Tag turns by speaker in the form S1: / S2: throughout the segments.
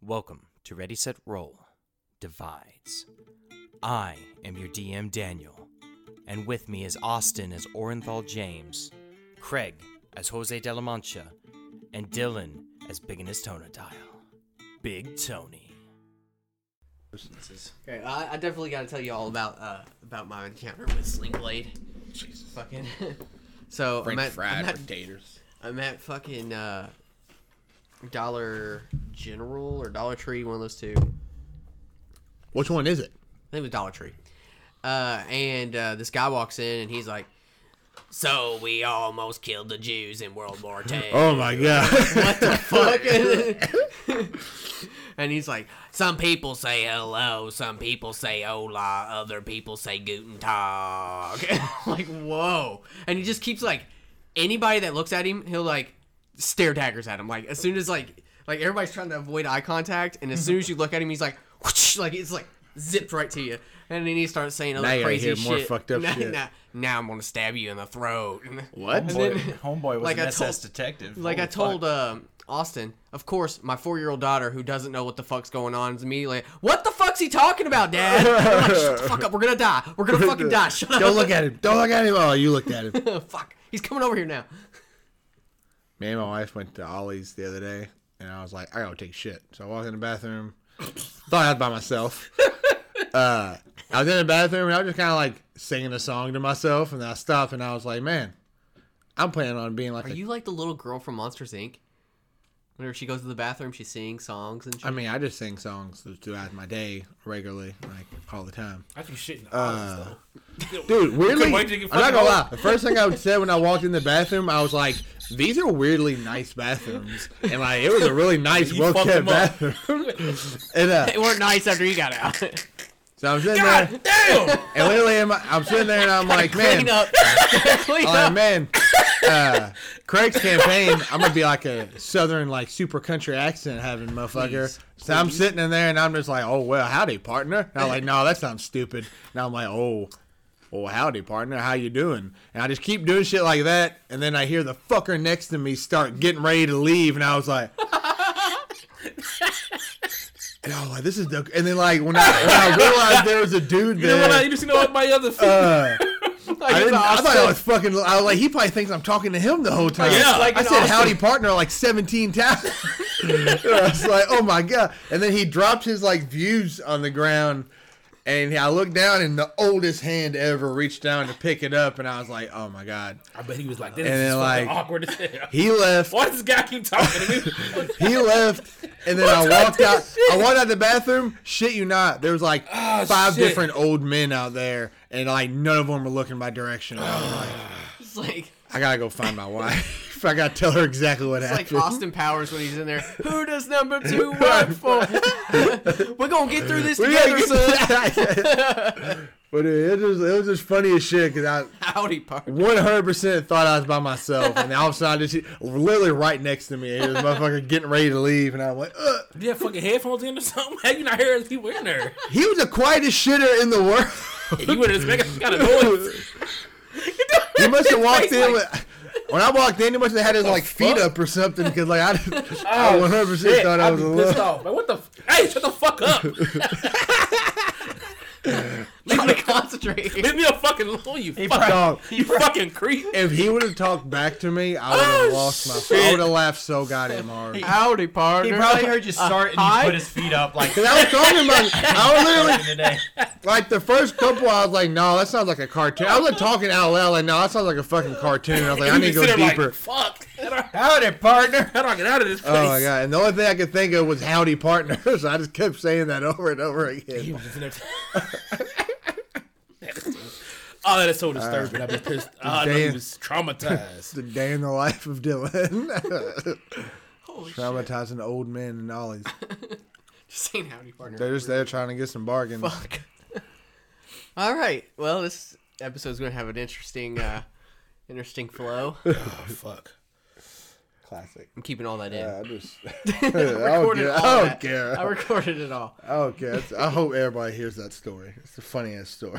S1: Welcome to Ready Set Roll Divides. I am your DM Daniel, and with me is Austin as Orenthal James, Craig as Jose de la Mancha, and Dylan as Big in his Tonadile. Big Tony.
S2: Okay, I, I definitely got to tell you all about uh, about my encounter with Sling Blade. Jesus, fucking. so
S3: French
S2: I'm at,
S3: fried
S2: I'm at,
S3: with taters.
S2: I'm at fucking uh, Dollar General or Dollar Tree, one of those two.
S3: Which one is it?
S2: I think it was Dollar Tree. Uh, and uh, this guy walks in and he's like, "So we almost killed the Jews in World War Two.
S3: Oh my god.
S2: what the fuck? and he's like, some people say hello, some people say hola, other people say guten tag. like, whoa. And he just keeps like, anybody that looks at him, he'll like stare daggers at him. Like, as soon as like, like everybody's trying to avoid eye contact, and as soon as you look at him, he's like, whoosh, like it's like zipped right to you. And then he starts saying other
S3: Now you gotta
S2: crazy
S3: hear more
S2: shit.
S3: fucked up
S2: now,
S3: shit.
S2: Now, now I'm gonna stab you in the throat.
S3: what?
S4: Homeboy, homeboy was
S2: like
S4: an
S2: I told-
S4: SS detective.
S2: Like
S4: Holy
S2: I told
S4: fuck.
S2: um Austin, of course, my four-year-old daughter who doesn't know what the fuck's going on is immediately, "What the fuck's he talking about, Dad?" I'm like, "Shut the fuck up! We're gonna die! We're gonna fucking die! Shut up!
S3: Don't look at him. Don't look at him. Oh, you looked at him.
S2: fuck! He's coming over here now."
S3: Me and my wife went to Ollie's the other day, and I was like, I gotta take shit. So I walked in the bathroom. thought I was by myself. Uh, I was in the bathroom, and I was just kind of like singing a song to myself, and then I stopped, and I was like, man, I'm planning on being like
S2: Are
S3: a
S2: you like the little girl from Monsters Inc? Whenever she goes to the bathroom, she sings songs and shit.
S3: I mean, I just sing songs throughout my day regularly, like all the time. Uh,
S5: I think shit in the office, though.
S3: Dude, weirdly,
S5: wait till you get
S3: I'm not
S5: fucking
S3: gonna
S5: home.
S3: lie. The first thing I said when I walked in the bathroom, I was like, "These are weirdly nice bathrooms," and like it was a really nice,
S4: You
S3: well
S4: fucked
S3: kept
S4: them up.
S3: bathroom. and uh,
S2: they weren't nice after you got out.
S3: so I'm sitting there,
S4: Damn!
S3: and literally, I'm, I'm sitting there, and I'm like, "Man,
S2: Clean up. Oh, Clean
S3: I'm like,
S2: up.
S3: man, uh, Craig's campaign, I'm gonna be like a southern, like super country accent having motherfucker.
S2: Please,
S3: so I'm sitting in there and I'm just like, oh well, howdy, partner. And I'm like, no, that sounds stupid. And I'm like, oh, well, howdy, partner, how you doing? And I just keep doing shit like that, and then I hear the fucker next to me start getting ready to leave, and I was like. And I was like, this is the. And then, like, when I, when I realized there was a dude
S5: You know
S3: there.
S5: what? I just know what my other thing.
S3: uh,
S2: Like,
S3: I,
S2: it's
S3: didn't, I
S2: Austin.
S3: thought I was fucking. I was like, he probably thinks I'm talking to him the whole time.
S5: Yeah. Like
S3: I
S2: an
S3: said
S2: Austin-
S3: howdy partner like 17 times. I was like, oh my god. And then he dropped his like views on the ground, and I looked down, and the oldest hand ever reached down to pick it up, and I was like, oh my god.
S5: I bet he was like, this
S3: And
S5: is
S3: then,
S5: fucking
S3: like-
S5: awkward as hell.
S3: He left.
S5: Why does this guy keep talking to me?
S3: He left, and then I walked out. I walked out the bathroom. Shit, you not. There was like
S5: Ah,
S3: five
S5: shit.
S3: different old men out there, and like none of them were looking my direction. I was like,
S2: It's like
S3: I gotta go find my wife. I gotta tell her exactly what
S2: It's
S3: happened.
S2: like Austin Powers when he's in there. Who does number two work for? We're gonna get through this
S3: We
S2: together,
S3: gotta
S2: son.
S3: get but it was just, it was just funny as shit because I
S2: Howdy, partner.
S3: one hundred percent thought I was by myself, and all of a sudden I just literally right next to me, and this motherfucker getting ready to leave, and I'm like, Ugh.
S5: Do you have fucking headphones in or something? How you not hearing people in there?
S3: he was the quietest shitter in the world.
S5: You would have making some kind of noise.
S3: He must have walked
S2: face
S3: in with. When I walked in, he must have had his like feet up or something because like I, I 100 percent
S5: Oh, Shit,
S3: thought I
S5: I'd
S3: was
S5: be
S3: alone.
S5: pissed off. Like, what the? F- hey, shut the fuck up.
S2: Trying to concentrate.
S5: Leave me a fucking alone, you fucking,
S3: Dog,
S5: you fucking creep.
S3: if he would have talked back to me, I would have
S5: Oh,
S3: lost my. I
S5: shit.
S3: would have laughed so goddamn hard.
S2: Howdy, partner.
S4: He probably heard you start and
S2: Uh, hi?
S4: he put his feet up like
S3: Cause I was talking about, I was literally
S4: today.
S3: like the first couple. I was like, no, that sounds like a cartoon. I was like talking out loud, like, no, that sounds like a fucking cartoon. I was like, I
S5: You
S3: need to
S5: sit
S3: go
S5: there like,
S3: deeper.
S5: fuck. How do, I,
S4: Howdy, partner.
S5: how do I get out of this place?
S3: oh my god! And the only thing I could think of was "Howdy, partner." So I just kept saying that over and over
S5: He
S3: again.
S5: was just in there. That is so- Oh, that is so disturbing. I've been pissed. Oh, I know he
S3: damn-
S5: was traumatized.
S3: The day in the life of Dylan,
S2: Holy shit.
S3: traumatizing old men and ollies.
S2: Just saying howdy, partner.
S3: They're just there trying to get some bargains.
S2: Fuck. All right. Well, this episode's gonna have an interesting, uh, interesting flow.
S5: Oh, fuck.
S3: Classic.
S2: I'm keeping all that in.
S3: Yeah, I just.
S2: I recorded
S3: care.
S2: all
S3: I don't
S2: that.
S3: care.
S2: I recorded it all.
S3: Okay, that's- I hope everybody hears that story. It's the funniest story.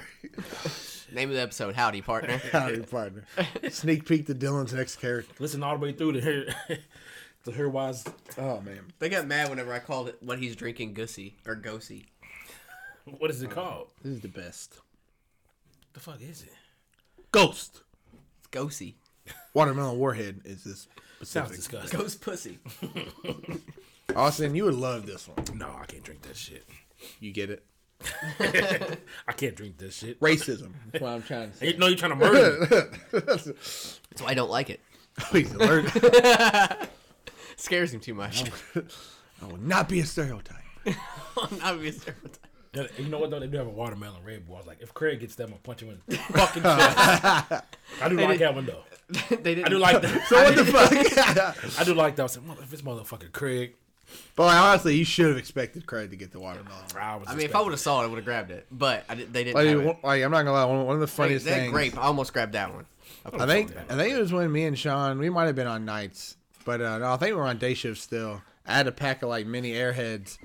S2: Name of the episode: Howdy, partner.
S3: Howdy, partner. Sneak peek to Dylan's next character.
S5: Listen all the way through to hear to hear why. it's- Oh man,
S2: They got mad whenever I called it what he's drinking Gussy or Gosy.
S5: what is it called?
S3: This is the best.
S5: The fuck is it?
S3: Ghost.
S2: It's Gosy.
S3: Watermelon Warhead is this.
S5: Sounds disgusting.
S2: Ghost pussy.
S3: Austin, you would love this one.
S5: No, I can't drink that shit.
S3: You get it.
S5: I can't drink this shit.
S3: Racism. That's what I'm trying to say.
S5: Hey, No, you're trying to murder me.
S2: That's why I don't like it.
S3: Please alert.
S2: Scares him too much.
S3: I will not be a stereotype.
S2: Obvious.
S5: That- You know what though? They do have a watermelon Red Bull. I was like, if Craig gets that, I'm gonna punch him in the fucking chest. I do like that one though.
S2: they didn't.
S5: I do like that.
S3: So what the fuck?
S5: I do like that. I said, "Mother- if it's motherfucker Craig,
S3: but like, honestly, you should have expected Craig to get the watermelon.
S5: I was.
S2: I mean, if I would have saw it, I would have grabbed it. But I did, they didn't.
S3: Like,
S2: have it.
S3: one- like, I'm not gonna lie. One, one of the
S2: Hey,
S3: funniest
S2: that
S3: things.
S2: grape, I almost grabbed that one.
S3: I think I think it was when me and Sean we might have been on nights, but uh, no, I think we were on day shift still. I had a pack of like mini airheads,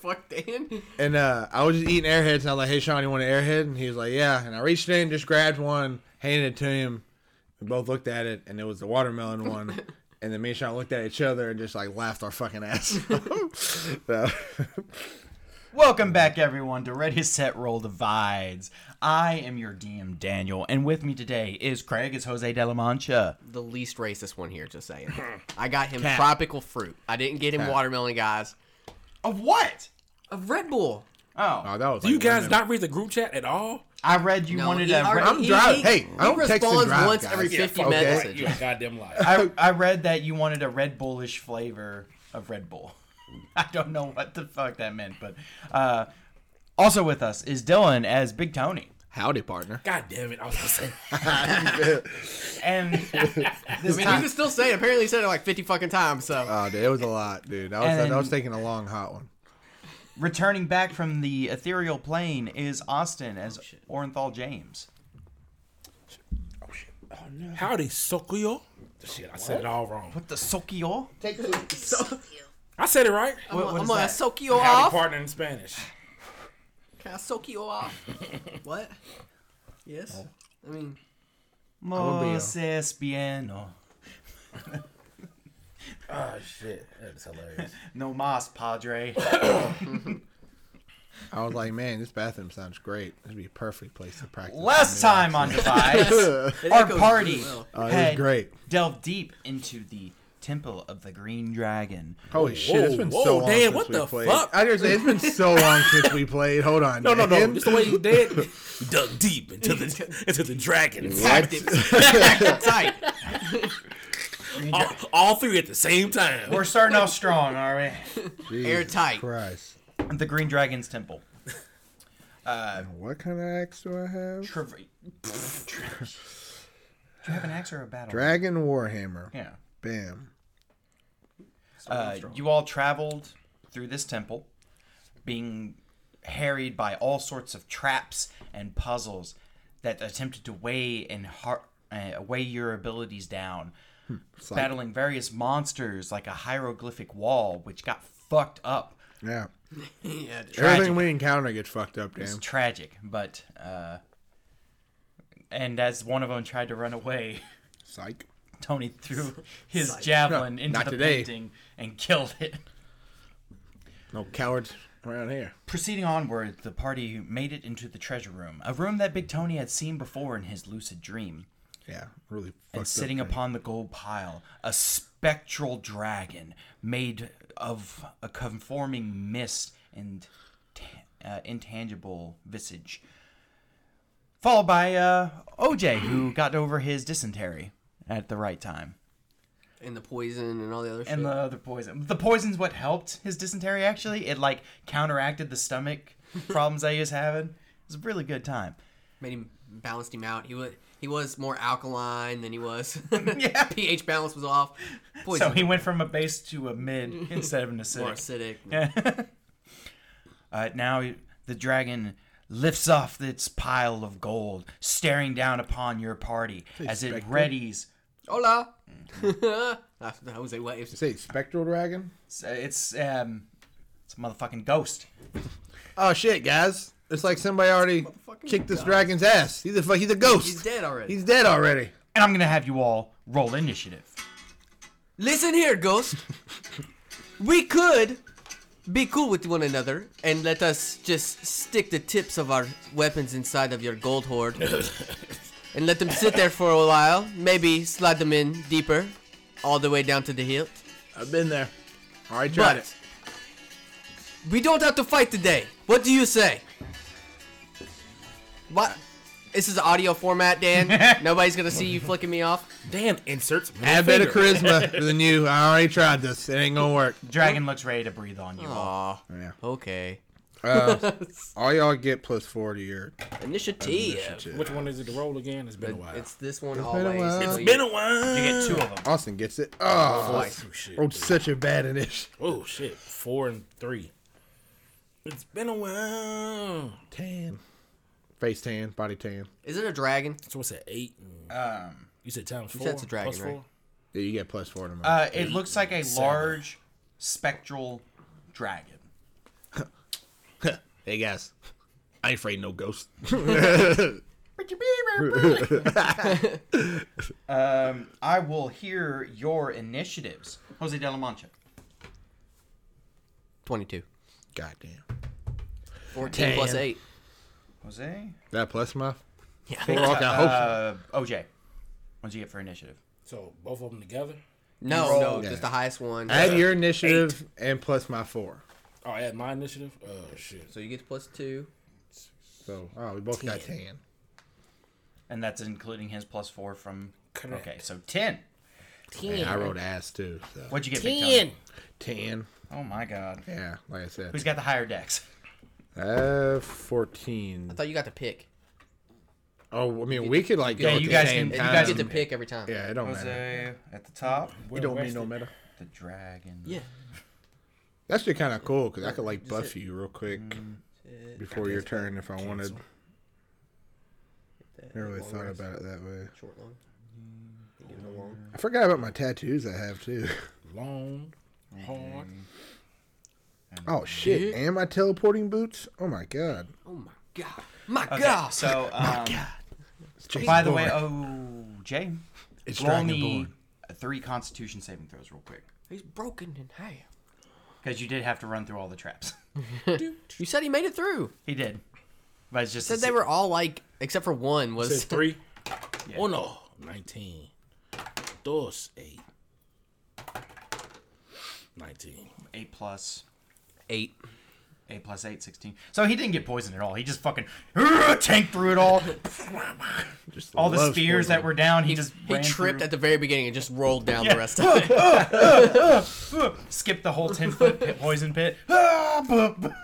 S2: Fuck, Dan.
S3: and uh, I was just eating airheads. And I was like, "Hey, Sean, you want an airhead?" And he was like, "Yeah." And I reached in, just grabbed one, handed it to him. We both looked at it, and it was the watermelon one. and then me and Sean looked at each other and just like laughed our fucking ass. off. so,
S4: Welcome back, everyone, to Ready, Set, Roll Divides. I am your DM, Daniel, and with me today is Craig, is Jose de la Mancha.
S2: The least racist one here, just saying. I got him tropical fruit. I didn't get him watermelon, guys.
S4: Of what?
S2: Of Red Bull.
S4: Oh,
S3: oh, that was.
S5: Do
S3: like,
S5: you guys
S3: random.
S5: not read the group chat at all?
S4: I read you wanted
S2: he
S4: a.
S2: already-
S3: I'm driving. Hey,
S2: he
S3: I don't text and
S2: responds
S3: drive,
S2: once
S3: guys.
S2: every
S3: Yeah,
S2: 50
S3: fuck that.
S2: messages.
S5: You a goddamn liar.
S4: I, I read that you wanted a Red Bullish flavor of Red Bull. I don't know what the fuck that meant, but uh, also with us is Dylan as Big Tony,
S3: Howdy, partner.
S5: God damn it! I was gonna say
S4: and this
S2: I mean, you
S4: time,
S2: can still say it. Apparently, he said it like 50 fucking times, so.
S3: Oh, dude, it was a lot, dude. I was
S4: And-
S3: I was taking a long hot one.
S4: returning back from the ethereal plane is Austin
S2: Oh,
S4: as Orenthal James.
S5: howdy, Sokuyo. Shit, I said it all wrong.
S4: What the sokio?
S5: I said it right.
S4: What, what
S2: I'm
S4: is
S2: gonna
S4: that?
S2: soak you off.
S5: Howdy, partner in Spanish.
S2: Can I soak you off? what? Yes. I mean,
S4: Moses Bieno.
S5: Oh shit, that's hilarious.
S4: No mas, padre.
S3: I was like, man, this bathroom sounds great. This would be a perfect place to practice.
S4: Last time on Divides, our
S2: goes
S4: party
S2: really well.
S3: Oh, it was
S4: had
S3: great.
S4: delved deep into the Temple of the Green Dragon.
S3: Holy shit, it's
S5: Whoa,
S3: been
S5: whoa,
S3: so long
S5: Dan,
S3: since
S5: what
S3: we
S5: the
S3: played.
S5: fuck?
S3: I just say it's been so long since we played. Hold on.
S5: No, no, no.
S3: Dan.
S5: Just the way you did. You dug deep into the into the dragons.
S2: tight.
S5: All, all three at the same time.
S4: We're starting off strong, are we?
S3: Jesus
S2: Airtight.
S3: Christ.
S4: The Green Dragon's Temple.
S3: What kind of axe do I have?
S4: Traver- Do you have an axe or a battle?
S3: Dragon Warhammer.
S4: Yeah.
S3: Bam.
S4: Uh, you all traveled through this temple, being harried by all sorts of traps and puzzles that attempted to weigh and har- uh, weigh your abilities down.
S3: like-
S4: battling various monsters like a hieroglyphic wall, which got fucked up.
S3: Yeah.
S2: yeah, dude.
S3: Everything we encounter gets fucked up,
S4: It's
S3: damn.
S4: tragic, but uh, and as one of them tried to run away,
S3: Psych.
S4: Tony threw his javelin
S3: No,
S4: into
S3: not
S4: the
S3: today.
S4: painting and killed it.
S3: No cowards around here.
S4: Proceeding onward, the party made it into the treasure room, a room that Big Tony had seen before in his lucid dream.
S3: Yeah. Really fucked
S4: And
S3: up
S4: sitting
S3: thing.
S4: upon the gold pile, a spectral dragon made of a conforming mist and ta- uh, intangible visage. Followed by uh, OJ, who got over his dysentery at the right time.
S2: And the poison and all the other shit.
S4: And the other poison. The poison's what helped his dysentery, actually. It, like, counteracted the stomach problems that he was having. It was a really good time.
S2: Made him balanced him out. He was he was more alkaline than he was.
S4: Yeah.
S2: pH balance was off. Poison
S4: So he went from a base to a mid instead of an
S2: more
S4: acidic.
S2: acidic.
S4: Uh, now the dragon lifts off its pile of gold, staring down upon your party as it
S3: spectral?
S4: readies.
S2: Hola. I I was like, what? It was-
S3: Say spectral dragon.
S4: It's- It's um, it's a motherfucking ghost.
S3: Oh shit, guys! It's like somebody already
S2: motherfucking
S3: kicked this dragon's ass. He's a fuck. He's a ghost.
S2: He's dead already.
S3: He's dead already.
S4: And I'm gonna have you all roll initiative.
S2: Listen here, Ghost. we could be cool with one another and let us just stick the tips of our weapons inside of your gold hoard and let them sit there for a while. Maybe slide them in deeper, all the way down to the hilt.
S3: I've been there. Already tried
S2: But
S3: it.
S2: we don't have to fight today. What do you say? What? This is audio format, Dan. Nobody's gonna see you flicking me off.
S5: Damn, inserts. middle
S3: Add a bit of
S5: finger.
S3: charisma than you. I already tried this. It ain't gonna work.
S4: Dragon looks ready to breathe on you. all.
S2: Aw,
S3: Yeah.
S2: okay.
S3: Uh, all y'all get plus four to your
S2: Initiative.
S3: initiative.
S5: Which one is it to roll again? It's been a while.
S2: It's this one
S3: been a
S2: always.
S3: while.
S2: until
S3: It's
S2: you-
S5: been a while.
S4: You get two of them.
S3: Austin gets it. Oh,
S5: Oh, shit.
S3: rolled such a bad initiative.
S5: Oh shit. Four and three. It's been a while.
S3: Tan. Face tan, body tan.
S2: Is it a dragon?
S5: So what's that? Eight. And
S4: Um,
S5: you said times four.
S2: said it's a dragon,
S5: plus four?
S2: right?
S3: Yeah, you get plus four to mine.
S4: uh, it looks like a large spectral dragon.
S3: hey guys, I ain't afraid of no ghost.
S4: Um, I will hear your initiatives. Jose de la Mancha.
S2: 22.
S3: Goddamn.
S2: 14
S3: Damn.
S2: plus 8.
S4: Jose?
S3: That plus my
S2: Yeah.
S3: four. Okay, I hope so.
S4: Uh, OJ. What'd you get for initiative?
S5: So both of them together.
S2: No, no,
S3: Yeah.
S2: just the highest one.
S3: Add your initiative and plus my four.
S5: Oh, add my initiative. Oh shit.
S2: So you get plus 2.
S3: So, oh, we both got tan.
S4: And that's including his plus four from.
S5: Correct.
S4: Okay, so 10.
S3: And I wrote ass too. So.
S4: What'd you get, Big Tony?
S3: Tan.
S4: Oh my god.
S3: Yeah, like I
S4: Who's
S3: said.
S4: got the higher decks?
S3: Uh, fourteen.
S2: I thought you got to pick.
S3: Oh, I mean, we could like go
S4: Yeah,
S3: at
S4: you
S3: the
S4: guys
S3: same
S4: can- you
S2: You
S4: guys
S3: time.
S2: get to
S4: can-
S2: pick every time.
S3: yeah, it don't matter.
S4: Jose at the top.
S3: It don't mean no matter.
S4: The dragon.
S2: Yeah.
S3: That's just kind of cool because I could like buff you real quick
S4: Mm,
S3: before your turn if I wanted. Never really thought about it that way.
S2: Short long.
S4: Mm,
S2: You give it a long.
S3: I forgot about my tattoos I have too.
S5: Long,
S4: Mm-hmm.
S5: hard.
S3: Oh shit! And my teleporting boots. Oh my god.
S2: Oh my god. My
S4: Okay,
S2: god.
S4: so um,
S3: It's Jason
S4: by the
S3: Bourne.
S4: way, uh, OJ,
S3: it's
S4: roll
S3: Dragon
S4: me
S3: Bourne.
S4: three Constitution saving throws real quick
S2: He's broken in half.
S4: because you did have to run through all the traps.
S2: You said he made it through.
S4: he did, but it's just a
S2: Said they
S4: si-
S2: were all like, except for one was.
S5: Says three.
S4: Yeah.
S5: Oh no. Nineteen. Dos eight. Nineteen.
S4: eight plus.
S2: Eight.
S4: Eight plus eight, 16. So he didn't get poisoned at all. He just fucking "Urgh," tanked through it all.
S3: Just
S4: All the
S3: love
S4: spears that
S3: spoiling.
S4: were down, he, just
S2: He
S4: ran
S2: tripped
S4: through,
S2: at the very beginning and just rolled down
S4: Yeah.
S2: the rest of it.
S4: skipped the whole ten foot pit, poison pit. Ah, boop.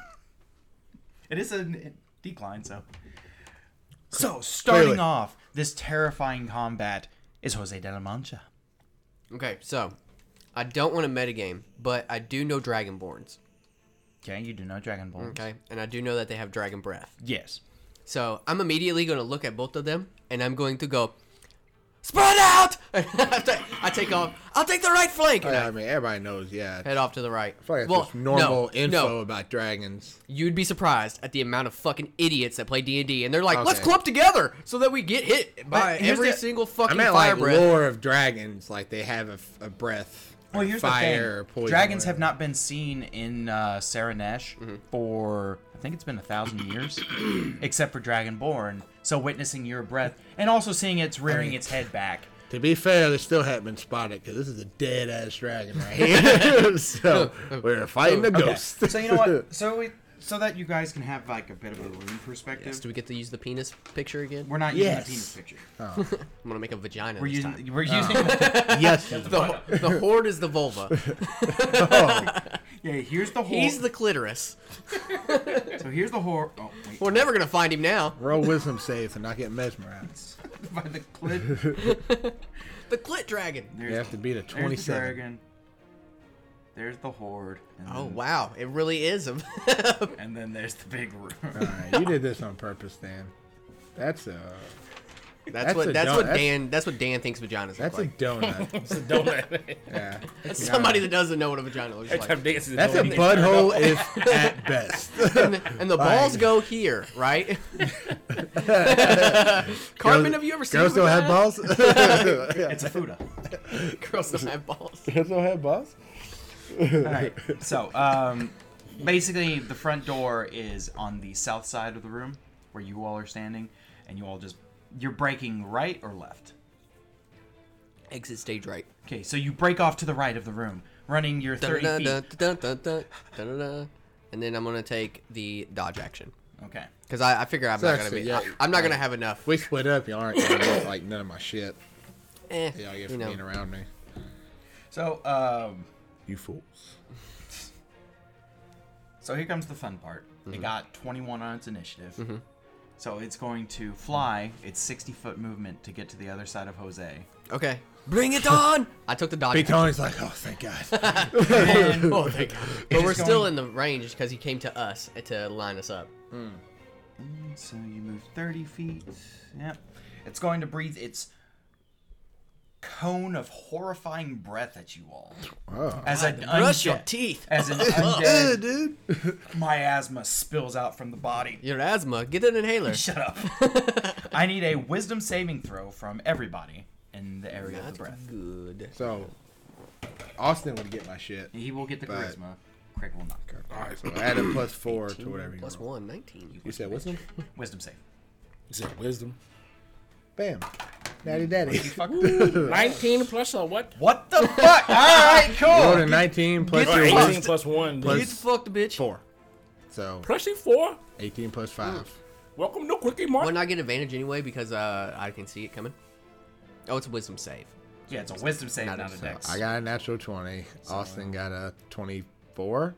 S4: It is a n- decline, so. So starting
S3: Clearly.
S4: off this terrifying combat is Jose de la Mancha.
S2: okay, so I don't want to metagame, but I do know Dragonborns.
S4: Okay, you do know Dragonborn.
S2: Okay, and I do know that they have dragon breath.
S4: Yes.
S2: So I'm immediately going to look at both of them, and I'm going to go, spread out. I ta- I take off. I'll take the right flank.
S3: Oh,
S2: and
S3: yeah, I
S2: I
S3: mean, everybody knows. Yeah. I
S2: head off to the right.
S3: feel like it's
S2: well,
S3: just normal
S2: no,
S3: info
S2: No,
S3: about dragons.
S2: you'd be surprised at the amount of fucking idiots that play D and D, and they're like, let's
S3: Okay.
S2: clump together so that we get hit by
S4: here's
S2: every
S4: the-
S2: single
S3: I
S2: fucking
S3: meant
S2: fire
S3: like
S2: breath.
S3: lore of dragons. Like they have a, f- a breath.
S4: Well,
S3: or
S4: here's
S3: fire or
S4: the thing.
S3: poison.
S4: Dragons have
S3: whatever.
S4: not been seen in uh, Saranesh for I think it's been a thousand years, except for Dragonborn. So witnessing your breath and also seeing it's rearing its head back.
S3: To be fair, they still haven't been spotted because this is a dead ass dragon right here. so we're fighting a ghost.
S4: so you know what? So we so that you guys can have like a bit of a room perspective.
S2: Do we get to use the penis picture again?
S4: We're not using
S3: Yes.
S4: the penis picture.
S2: I'm gonna make a vagina
S4: We're
S2: this
S4: using
S2: time.
S4: we're using
S3: yes.
S2: The, the horde is the vulva.
S4: yeah. Here's the whole.
S2: He's the clitoris.
S4: so here's the whore. Oh wait.
S2: We're never gonna find him now.
S3: Roll wisdom saves and not get mesmerized.
S4: By the clip.
S2: The clit dragon.
S4: There's
S3: You have to beat a
S4: There's the
S3: 27.
S4: dragon. There's the horde. And
S2: Oh
S3: Mm.
S4: then,
S2: wow, it really is a
S4: And then there's the big room.
S3: Alright, you did this on purpose, Dan. That's a
S2: That's,
S3: That's
S2: what
S3: a
S2: that's
S3: don-
S2: what
S3: that's-
S2: Dan that's what Dan thinks vaginas
S3: that's
S2: look
S3: a donut.
S5: It's a donut.
S3: yeah.
S2: like. Somebody that doesn't know what a vagina looks
S5: Every time
S2: like.
S5: Dance is
S3: That's a
S5: donut.
S3: butthole if at best.
S2: And, and the balls go here, right? Carmen, have you ever seen a
S3: Girls don't have
S2: vagina?
S3: balls.
S4: it's a Fuda.
S2: Girls don't have balls.
S3: There's no head boss.
S4: All right. So, um, basically, the front door is on the south side of the room where you all are standing, and you all just you're breaking right or left.
S2: Exit stage right.
S4: Okay, so you break off to the right of the room, running your thirty feet.
S2: Dun-dun-dun-dun-dun-dun-dun-dun-dun. And then I'm gonna take the dodge action
S4: Okay.
S2: because I, I figure I'm not gonna
S3: Actually,
S2: be.
S3: yeah.
S2: I, am not gonna have enough.
S3: We split up. Y'all aren't gonna get, like none of my shit.
S2: Eh,
S3: Y'all get
S2: you
S3: from
S2: know.
S3: being around me.
S4: So, um,
S3: You fools.
S4: so here comes the fun part. It got 21 on its initiative. So it's going to fly its 60 foot movement to get to the other side of Jose.
S2: Okay, bring it on. I took the dodge.
S3: Big
S2: action.
S3: Tony's like, oh, thank God.
S4: And
S2: Oh, thank God. But
S4: is
S2: we're still
S4: going-
S2: in the range because he came to us eh, to line us up.
S4: So you move 30 feet. Yep. It's going to breathe its cone of horrifying breath at you all.
S3: oh.
S4: As an
S2: Brush your
S4: undead-
S2: teeth.
S4: As an
S3: Yeah,
S4: undead,
S3: dude.
S4: miasma spills out from the body.
S2: Your asthma. Get an inhaler.
S4: Shut up. I need a wisdom saving throw from everybody in the area of the breath.
S2: Good.
S3: So, Austin would get my shit.
S4: He will get the
S3: But-
S4: charisma. Craig will not.
S3: All right, so add a plus four to whatever you
S2: Plus
S3: roll.
S2: one, 19.
S3: You said what's name?
S4: Wisdom save.
S5: Is that wisdom?
S3: Bam. Natty daddy.
S4: You fucker.
S5: 19 plus a what?
S4: what the fuck? All right,
S3: Rolled a
S4: cool.
S3: 19 plus
S4: get
S3: your
S4: the-
S3: wisdom.
S5: 18 plus 1.
S2: Get
S3: Plus-
S2: fucked, bitch.
S3: Four. So,
S5: Pressing 4.
S3: 18 plus five.
S5: Welcome to Quickie Mark.
S2: Wouldn't I get advantage anyway because uh, I can see it coming? Oh, it's a wisdom save.
S4: Yeah, it's a wisdom save,
S2: Not
S4: not a
S2: a-
S4: dex.
S3: I got a natural 20. Austin got a 24,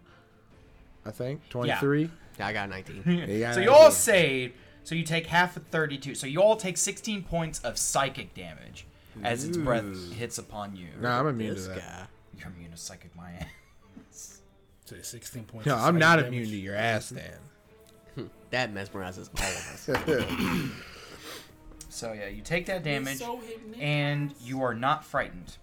S3: I think. 23.
S2: Yeah, I got a 19.
S3: He got
S4: So
S3: a
S4: you all
S3: 19.
S4: save. So you take half of 32. So you all take 16 points of psychic damage as its breath hits upon you.
S3: No, I'm immune to
S2: this
S3: that.
S2: guy.
S4: You're immune to psychic Maya.
S5: So it's 16 points.
S3: No,
S5: of
S3: I'm
S5: psychic
S3: not
S5: damage.
S3: immune to your ass then.
S2: That mesmerizes all of us.
S4: So yeah, you take that damage,
S5: so hypnotic.
S4: and you are not frightened.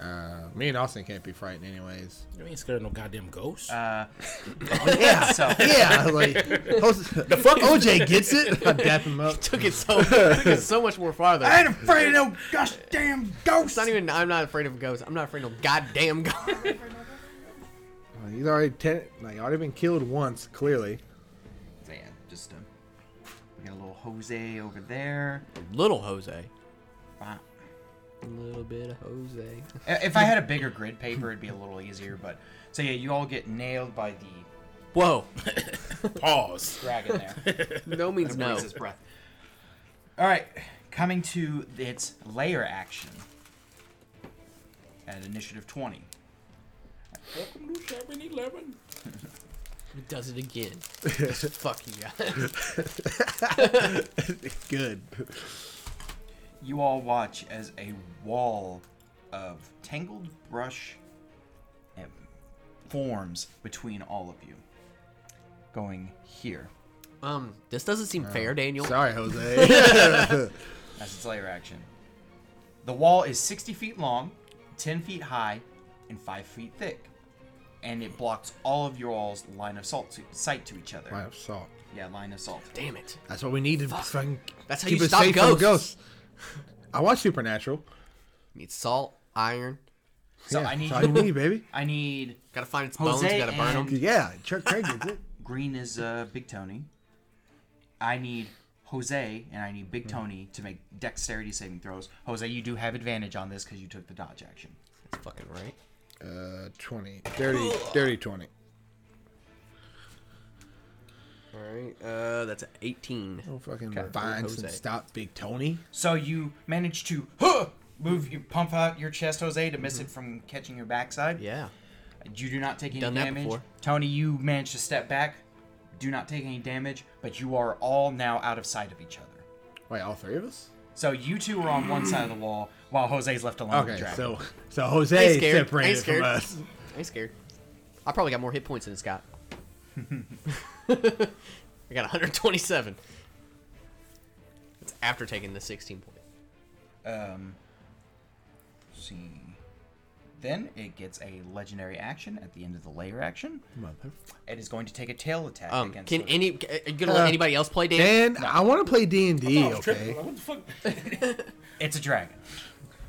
S3: Uh, me and Austin can't be frightened anyways.
S5: You ain't scared of no goddamn ghost.
S4: Uh, yeah. So
S3: Yeah, like the fuck OJ gets it. I dap him up.
S2: took it so took it so much more farther.
S4: I ain't afraid of no gosh damn
S2: It's
S4: ghost.
S2: not even. I'm not afraid of ghosts. I'm not afraid of goddamn ghosts.
S3: He's already ten, like already been killed once. Clearly,
S4: So yeah, just um, we got a little Jose over there.
S2: Little Jose.
S4: Wow.
S2: Little bit of Jose.
S4: I- If I had a bigger grid paper, it'd be a little easier. But so yeah, you all get nailed by the
S2: Whoa.
S5: Pause.
S4: dragon there.
S2: No means
S4: It
S2: no.
S4: breathes his breath. All right, coming to its layer action at initiative 20.
S5: Welcome to 7 Eleven.
S2: It does it again. Just fuck you guys.
S3: good.
S4: You all watch as a wall of tangled brush uh, forms between all of you, going here
S2: Um, this doesn't seem fair, Daniel.
S3: Sorry, Jose.
S4: as its layer action. The wall is 60 feet long, 10 feet high, and 5 feet thick. And it blocks all of your all's line of salt to, sight to each other.
S3: Line of salt.
S4: Yeah, line of salt.
S2: Damn it.
S3: That's what we need to fucking
S2: That's how
S3: keep
S2: you
S3: us
S2: stop
S3: safe from
S2: ghosts.
S3: ghosts. I watch Supernatural.
S2: Need salt, iron. Oh,
S4: So
S3: yeah,
S4: I need
S3: that's all you need, baby.
S4: I need
S2: Gotta find its
S4: Jose
S2: bones. Gotta burn
S4: and-
S2: them.
S3: Yeah, Chuck Craig gets it.
S4: green is uh, Big Tony. I need Jose and I need Big
S2: Mm-hmm.
S4: Tony to make dexterity saving throws. Jose, you do have advantage on this because you took the dodge action.
S2: That's fucking right.
S3: Uh, 20, 30, 30, 20.
S2: All right. Uh, that's an 18.
S3: Oh, fucking
S2: Okay.
S3: find some
S2: Jose.
S3: stop, Big Tony.
S4: So you manage to huh, move, you pump out your chest, Jose, to miss it from catching your backside.
S2: Mm-hmm. Yeah.
S4: You do not take any
S2: Done that
S4: damage.
S2: before.
S4: Tony, you manage to step back. Do not take any damage, but you are all now out of sight of each other.
S3: Wait, all three of us?
S4: So you two are on one side of the wall while Jose's left alone. with
S3: Okay,
S4: the dragon.
S3: so so Jose
S2: Ain't scared.
S3: separated
S2: Ain't scared.
S3: from us.
S2: I ain't scared. I probably got more hit points than Scott. I got 127. It's after taking the 16 point.
S4: Um, let's see. Then it gets a legendary action at the end of the layer action. It is going to take a tail attack
S2: Um,
S4: against.
S2: can
S4: the-
S2: any? Are you gonna let
S3: Uh,
S2: anybody else play, Dan?
S3: And I want to play D and D.
S5: I was tripping,
S3: Okay.
S5: like, what the fuck?
S4: It's a dragon.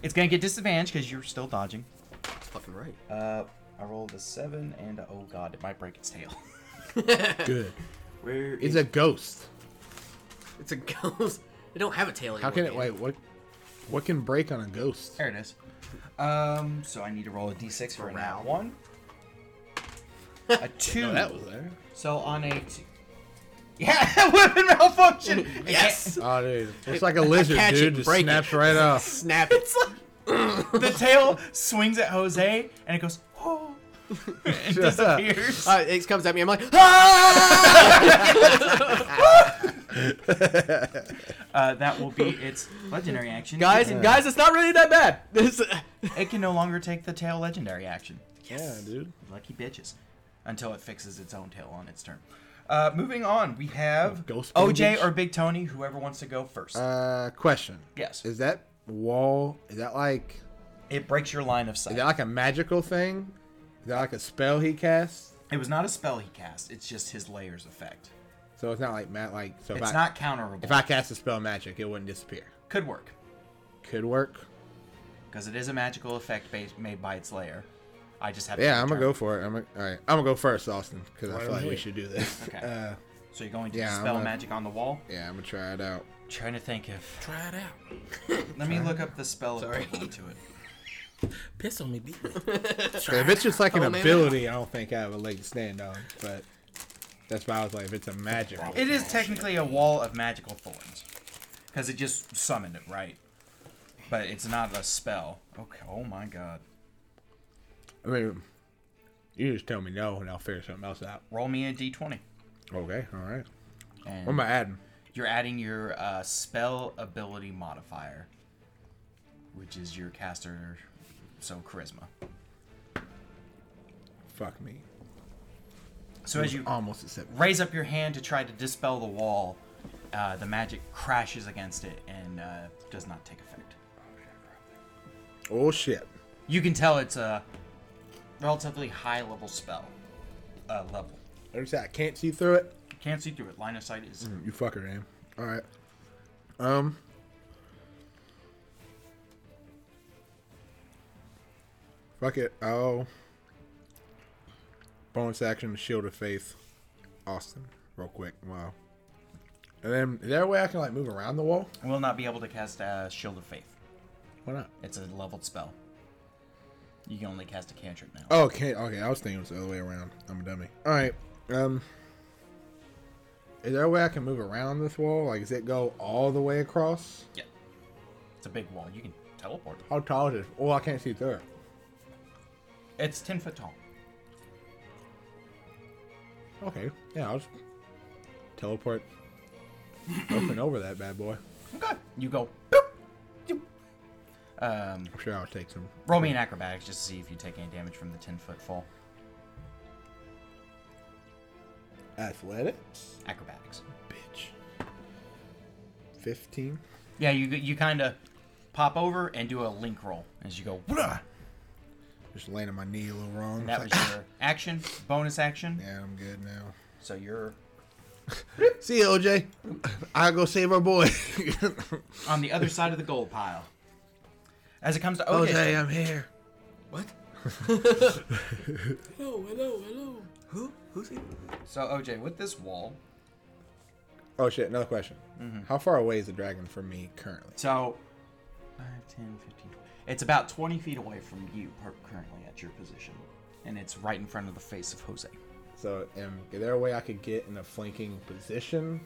S4: It's gonna get disadvantaged because you're still dodging.
S2: That's fucking right.
S4: Uh, I rolled a seven and a, oh god, it might break its tail.
S5: Good.
S4: Where
S3: It's a ghost.
S2: It's a ghost. They don't have a tail anymore.
S3: How can it
S2: man.
S3: wait? What? What can break on a ghost?
S4: There it is. Um, so I need to roll a d6 for a nat one. A two.
S3: Oh, that was there.
S4: So on a two. Yeah, weapon malfunction.
S2: Yes.
S3: Oh, dude, it's like a lizard,
S2: catch it
S3: dude.
S2: and
S3: Just
S2: break
S3: snaps right off.
S2: Snap it.
S4: the tail swings at Jose and it goes, oh, and
S3: Shut up.
S4: disappears.
S2: Uh, it comes at me. I'm like, ah!
S4: Uh, that will be its legendary action.
S2: guys,
S4: it,
S2: guys, it's not really that bad. This-
S4: it can no longer take the tail legendary action.
S3: Yeah, dude.
S4: Lucky bitches. Until it fixes its own tail on its turn. Uh, moving on, we have
S3: Ghost
S4: OJ
S3: bandage?
S4: or Big Tony, whoever wants to go first.
S3: Uh, question.
S4: yes.
S3: Is that wall? Is that like?
S4: It breaks your line of
S3: Is
S4: sight.
S3: that like a magical thing? Is that like a spell he casts?
S4: It was not a spell he cast. It's just his layers effect.
S3: So it's not like Matt. Like so, if
S4: it's
S3: I,
S4: not counterable.
S3: if I cast a spell magic, it wouldn't disappear.
S4: Could work
S3: Could work.
S4: because it is a magical effect based, made by its layer. I just have. to
S3: Yeah, I'm gonna
S4: determine.
S3: go for it. I'm gonna, all right. I'm gonna go first, Austin, because I
S5: Right
S3: feel like we
S5: away.
S3: should do this.
S4: Okay.
S3: Uh,
S4: So you're going to
S3: yeah, I'm
S4: spell
S3: gonna-
S4: magic on the wall.
S3: yeah, I'm gonna try it out.
S4: Trying to think if.
S5: Try it out.
S4: Let me look up the spell
S2: Sorry.
S4: equivalent to it.
S5: Piss on me, beat me.
S3: If it's just like an
S2: Oh, man.
S3: ability, I don't think I have a leg to stand on. But that's why I was like, if it's a magic,
S4: It is technically a wall of magical thorns, because it just summoned it, right? But it's not a spell. Okay. Oh my god.
S3: I mean, you just tell me no, and I'll figure something else out.
S4: Roll me a d20.
S3: Okay, all right.
S4: And
S3: What am I adding?
S4: You're adding your uh, spell ability modifier, which is your caster, so charisma.
S3: Fuck me.
S4: So as you
S3: almost at seven.
S4: raise up your hand to try to dispel the wall, uh, the magic crashes against it and uh, does not take effect.
S3: Oh shit.
S4: You can tell it's a relatively high level spell. Uh, level.
S3: There's that. I can't see through it.
S4: Can't see through it. Line of sight is.
S3: You fucker, man. All right. Um. Fuck it. Oh. Bonus action, Shield of Faith, Austin, real quick. Wow. And then, is there a way I can like move around the wall?
S4: Will not be able to cast uh, Shield of Faith.
S3: Why not?
S4: It's a leveled spell. You can only cast a cantrip now.
S3: Oh, okay, okay. I was thinking it was the other way around. I'm a dummy. All right. Um. Is there a way I can move around this wall? Like, does it go all the way across?
S4: Yeah. It's a big wall. You can teleport.
S3: How tall is it? Oh, I can't see through it.
S4: It's 10 foot tall.
S3: Okay. Yeah, I'll just teleport open over that bad boy.
S4: Okay. You go. boop, doop. Um,
S3: I'm sure I'll take some.
S4: roll me an acrobatics just to see if you take any damage from the 10 foot fall.
S3: Athletics?
S4: Acrobatics.
S3: Bitch. 15.
S4: Yeah, you you kind of pop over and do a link roll as you go. "Wah!"
S3: Just landing my knee a little wrong.
S4: And that was
S3: It's like,
S4: your action, bonus action.
S3: yeah, I'm good now.
S4: So you're
S3: See you, OJ. I'll go save our boy.
S4: on the other side of the gold pile. As it comes to OJ,
S3: OJ, I'm here.
S2: what?
S5: Hello, hello, hello.
S2: Who? Who's he?
S4: so OJ with this wall.
S3: Oh, shit. Another question.
S4: Mm-hmm.
S3: How far away is the dragon from me currently?
S4: So 5, 10, 15, 20. It's about 20 feet away from you per- currently at your position, and it's right in front of the face of Jose.
S3: So, um, is there a way I could get in a flanking position?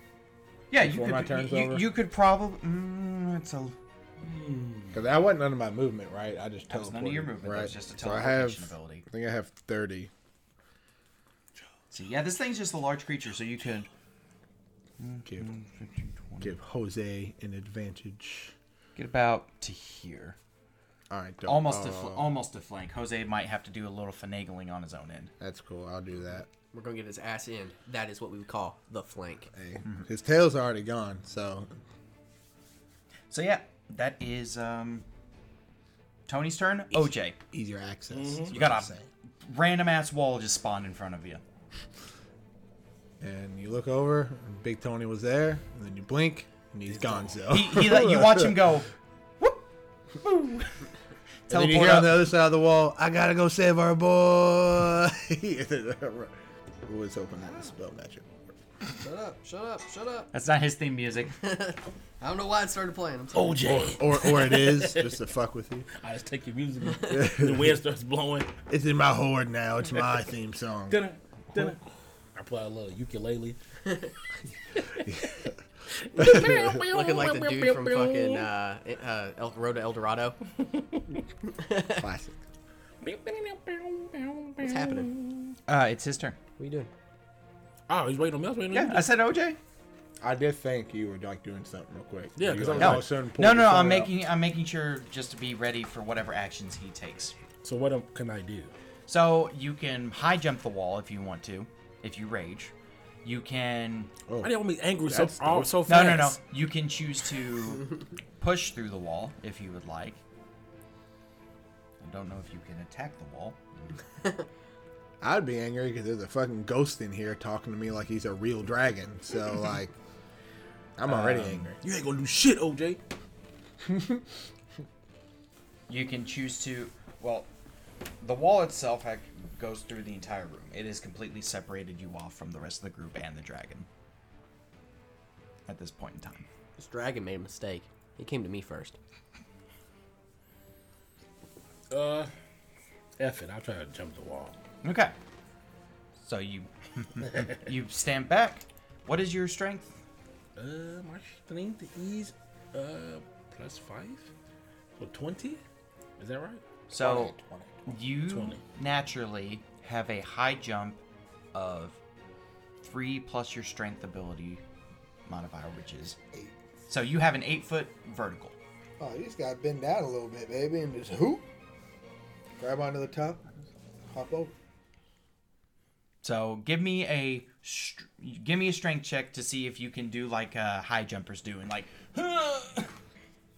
S4: Yeah, you
S3: Before
S4: could.
S3: my turn's
S4: you,
S3: over?
S4: you could probably. Mm, it's a.
S3: Because that wasn't none of my movement, right? I just teleported.
S4: That was none of your movement.
S3: Right.
S4: That was just a
S3: So I
S4: teleportation
S3: have.
S4: ability.
S3: I think I have 30.
S4: So yeah, this thing's just a large creature, so you could.
S3: Give,
S4: 15, 20.
S3: give Jose an advantage.
S4: Get about to here.
S3: All right, dope.
S4: Almost
S3: Oh,
S4: to fl- almost to flank. Jose might have to do a little finagling on his own end.
S3: that's cool. I'll do that.
S2: We're gonna get his ass in. That is what we would call the flank.
S3: Hey,
S4: Mm-hmm.
S3: his tail's already gone, so
S4: So yeah, that is um Tony's turn. OJ,
S3: easier access. is
S4: you
S3: what I'm
S4: got a
S3: saying.
S4: random ass wall just spawned in front of you.
S3: And you look over, and Big Tony was there, and then you blink, and he's gone. So
S4: He, he let you watch him go. Whoop.
S3: And then you hear on the other side of the wall, I gotta go save our boy. Always hoping that the spell magic.
S2: Shut up, shut up, shut up.
S1: That's not his theme music.
S2: I don't know why it started playing. I'm
S3: Oh,
S2: sorry.
S5: OJ.
S3: Or, or it is, just to fuck with you.
S5: I just take your music. the wind starts blowing.
S3: It's in my hoard now. It's my theme song.
S5: Dinner, dinner. I play a little ukulele.
S2: Looking like the dude from fucking uh, uh, El, Road to El Dorado.
S3: Classic.
S2: What's happening?
S4: Uh, it's his turn.
S2: What are you doing?
S5: Oh, he's waiting on me. I was waiting on
S4: Yeah, I said OJ.
S3: I did think you were like doing something real quick.
S5: Yeah,
S3: You,
S5: 'cause
S3: like,
S5: I was
S3: all
S4: No,
S3: of a sudden pulled
S4: no,
S3: your
S4: no.
S3: phone
S4: I'm
S3: out.
S4: making, I'm making sure just to be ready for whatever actions he takes.
S5: you. So what um, can I do?
S4: So you can high jump the wall if you want to, if you rage. You can
S5: I didn't want to be angry so,
S3: That's
S5: all, so
S4: no,
S5: fast.
S4: no, no. You can choose to push through the wall if you would like. I don't know if you can attack the wall.
S3: I'd be angry because there's a fucking ghost in here talking to me like he's a real dragon. So like, I'm already
S4: Um,
S3: angry.
S5: You ain't gonna do shit, OJ.
S4: You can choose to well, the wall itself ha- goes through the entire room. It has completely separated you off from the rest of the group and the dragon. At this point in time.
S2: This dragon made a mistake. He came to me first.
S5: Uh, F it. I'll try to jump the wall.
S4: Okay. So you you stand back. What is your strength?
S5: Uh, my strength is uh plus five, so twenty. Is that right?
S4: So you
S5: 20.
S4: naturally have a high jump of three plus your strength ability modifier, which is eight. So you have an eight foot vertical.
S3: Oh, you just gotta bend down a little bit, baby, and just hoop. Grab onto the top, hop over.
S4: So give me a str- give me a strength check to see if you can do like uh, high jumpers do and like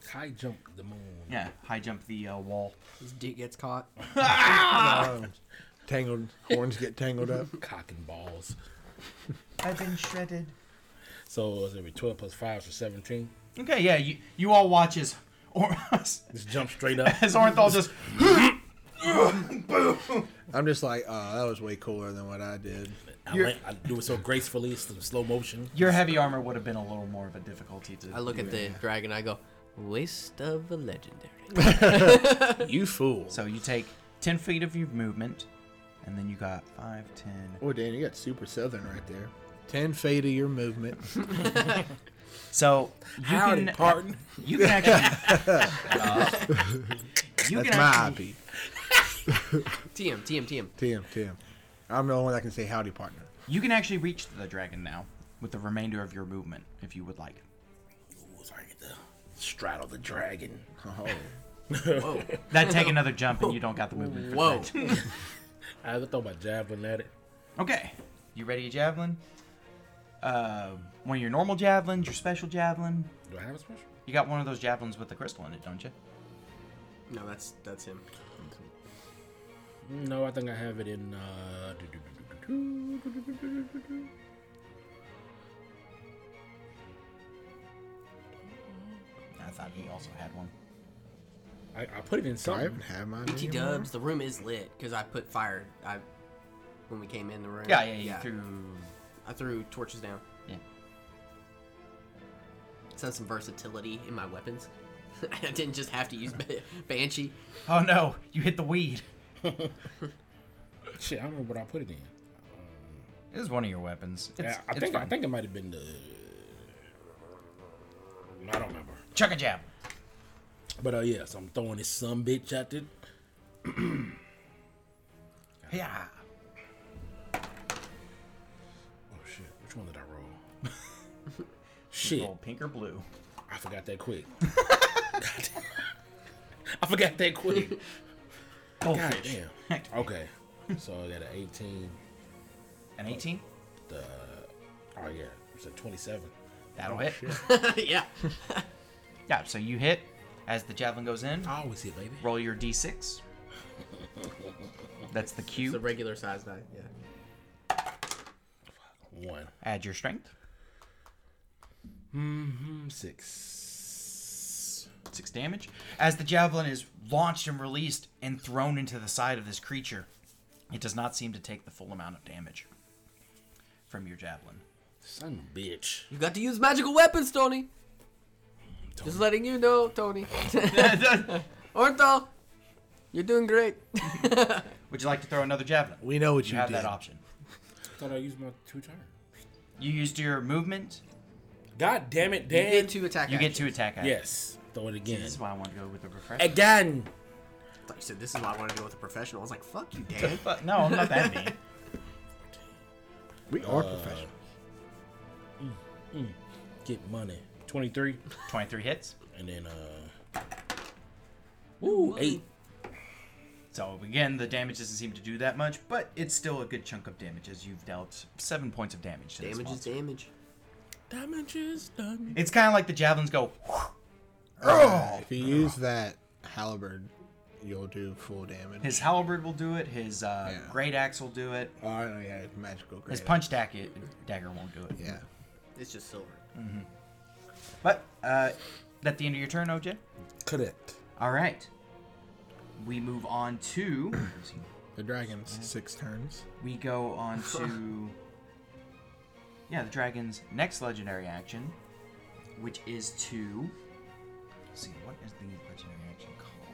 S5: High jump the moon.
S4: yeah high jump the uh, wall.
S2: His dick gets caught.
S5: Ah!
S3: Um, Tangled horns get tangled up.
S5: Cock and balls.
S4: I've been shredded.
S5: So is it twelve plus five so seventeen?
S4: Okay, yeah, you you all watch as or as
S5: Just jump straight up.
S4: Orenthal just
S3: I'm just like, oh, that was way cooler than what I did.
S5: I, went, I do it so gracefully, it's in slow motion.
S4: your heavy armor would have been a little more of a difficulty to.
S2: I look at the dragon. I go, waste of a legendary.
S3: You fool.
S4: So you take 10 feet of your movement, and then you got 5, 10.
S3: Oh, Dan, you got super southern right there. Ten feet of your movement.
S4: So you
S5: Howdy,
S4: can
S5: pardon.
S4: you can actually you
S3: That's
S4: can
S3: my
S4: actually
S3: hobby.
S2: TM, TM, TM.
S3: Tim, Tim. I'm the only one that can say howdy, partner.
S4: you can actually reach the dragon now with the remainder of your movement if you would like.
S5: Ooh, so I get to straddle the dragon.
S3: Oh,
S4: That take another jump and you don't got the movement. For
S2: Whoa.
S4: that.
S5: I had to throw my javelin at it.
S4: Okay, you ready to javelin? Uh, one of your normal javelins, your special javelin.
S5: Do I have a special?
S4: You got one of those javelins with the crystal in it, don't you?
S2: No, that's that's him.
S5: No, I think I have it in. uh
S4: I thought he also had one.
S5: I, I put it in
S3: I
S5: something.
S3: haven't had mine.
S2: T
S3: anymore.
S2: Dubs. The room is lit because I put fire. I when we came in the room.
S4: Yeah, yeah, you threw.
S2: I threw torches down.
S4: Yeah.
S2: Sounds some versatility in my weapons. I didn't just have to use ba- banshee.
S4: Oh no, you hit the weed.
S5: Shit, I don't remember what I put it in.
S4: It was one of your weapons. It's,
S5: Yeah, I
S4: it's
S5: think I
S4: fine.
S5: think it might have been the. I don't remember.
S4: Chuck a jab.
S5: But uh, yeah, so I'm throwing this some bitch at it.
S4: Yeah.
S5: Oh shit! Which one did I roll? shit!
S4: Roll pink or blue.
S5: I forgot that quick. Goddamn. I forgot that quick. God
S4: Goldfish.
S5: Oh, damn. Okay. So I got an 18.
S4: An 18?
S5: The oh yeah, it's a 27. Oh,
S4: That'll hit.
S2: yeah.
S4: Yeah, so you hit as the javelin goes in.
S5: I always hit, baby.
S4: Roll your d6. That's the
S2: It's a
S4: cube.
S2: regular size die. Yeah.
S5: One.
S4: Add your strength.
S5: Six.
S4: six damage. As the javelin is launched and released and thrown into the side of this creature, it does not seem to take the full amount of damage from your javelin.
S5: Son of a bitch.
S2: You got to use magical weapons, Tony. Just letting you know, Tony. Ornthal, you're doing great.
S4: Would you like to throw another javelin?
S3: We know what
S4: you,
S3: you,
S4: have
S3: did.
S4: that option.
S5: I thought I used my two turns.
S4: You used your movement.
S5: God damn it,
S2: You get
S5: Dan.
S2: two attack.
S4: You get
S2: actions.
S4: two attack actions.
S5: Yes. Throw it again.
S4: This is why I want to go with the refresh.
S5: Again.
S2: I thought you said this is why I wanted to go with a professional. I was like, fuck you, Dan.
S4: But no, I'm not that mean.
S3: We are
S4: Uh,
S3: professional.
S5: Get money. 23.
S4: 23 hits.
S5: And then, uh. Woo, eight.
S4: So again, the damage doesn't seem to do that much, but it's still a good chunk of damage as you've dealt seven points of damage to this
S2: damage is
S4: monster.
S2: damage.
S5: Damage is done.
S4: It's kind of like the javelins go.
S3: Oh, if you use that halberd, you'll do full damage.
S4: His halberd will do it. His uh,
S3: Yeah.
S4: great axe will do it.
S3: oh, I know, yeah, it's magical.
S4: His
S3: great.
S4: punch dagger, dagger won't do it.
S3: Yeah.
S2: It's just silver.
S4: But uh, at the end of your turn, OJ.
S5: Correct.
S4: All right. We move on to.
S3: The
S4: Mm-hmm.
S3: dragon's six turns.
S4: we go on to. Yeah, the dragon's next legendary action, which is to. let's see, what is the legendary action called?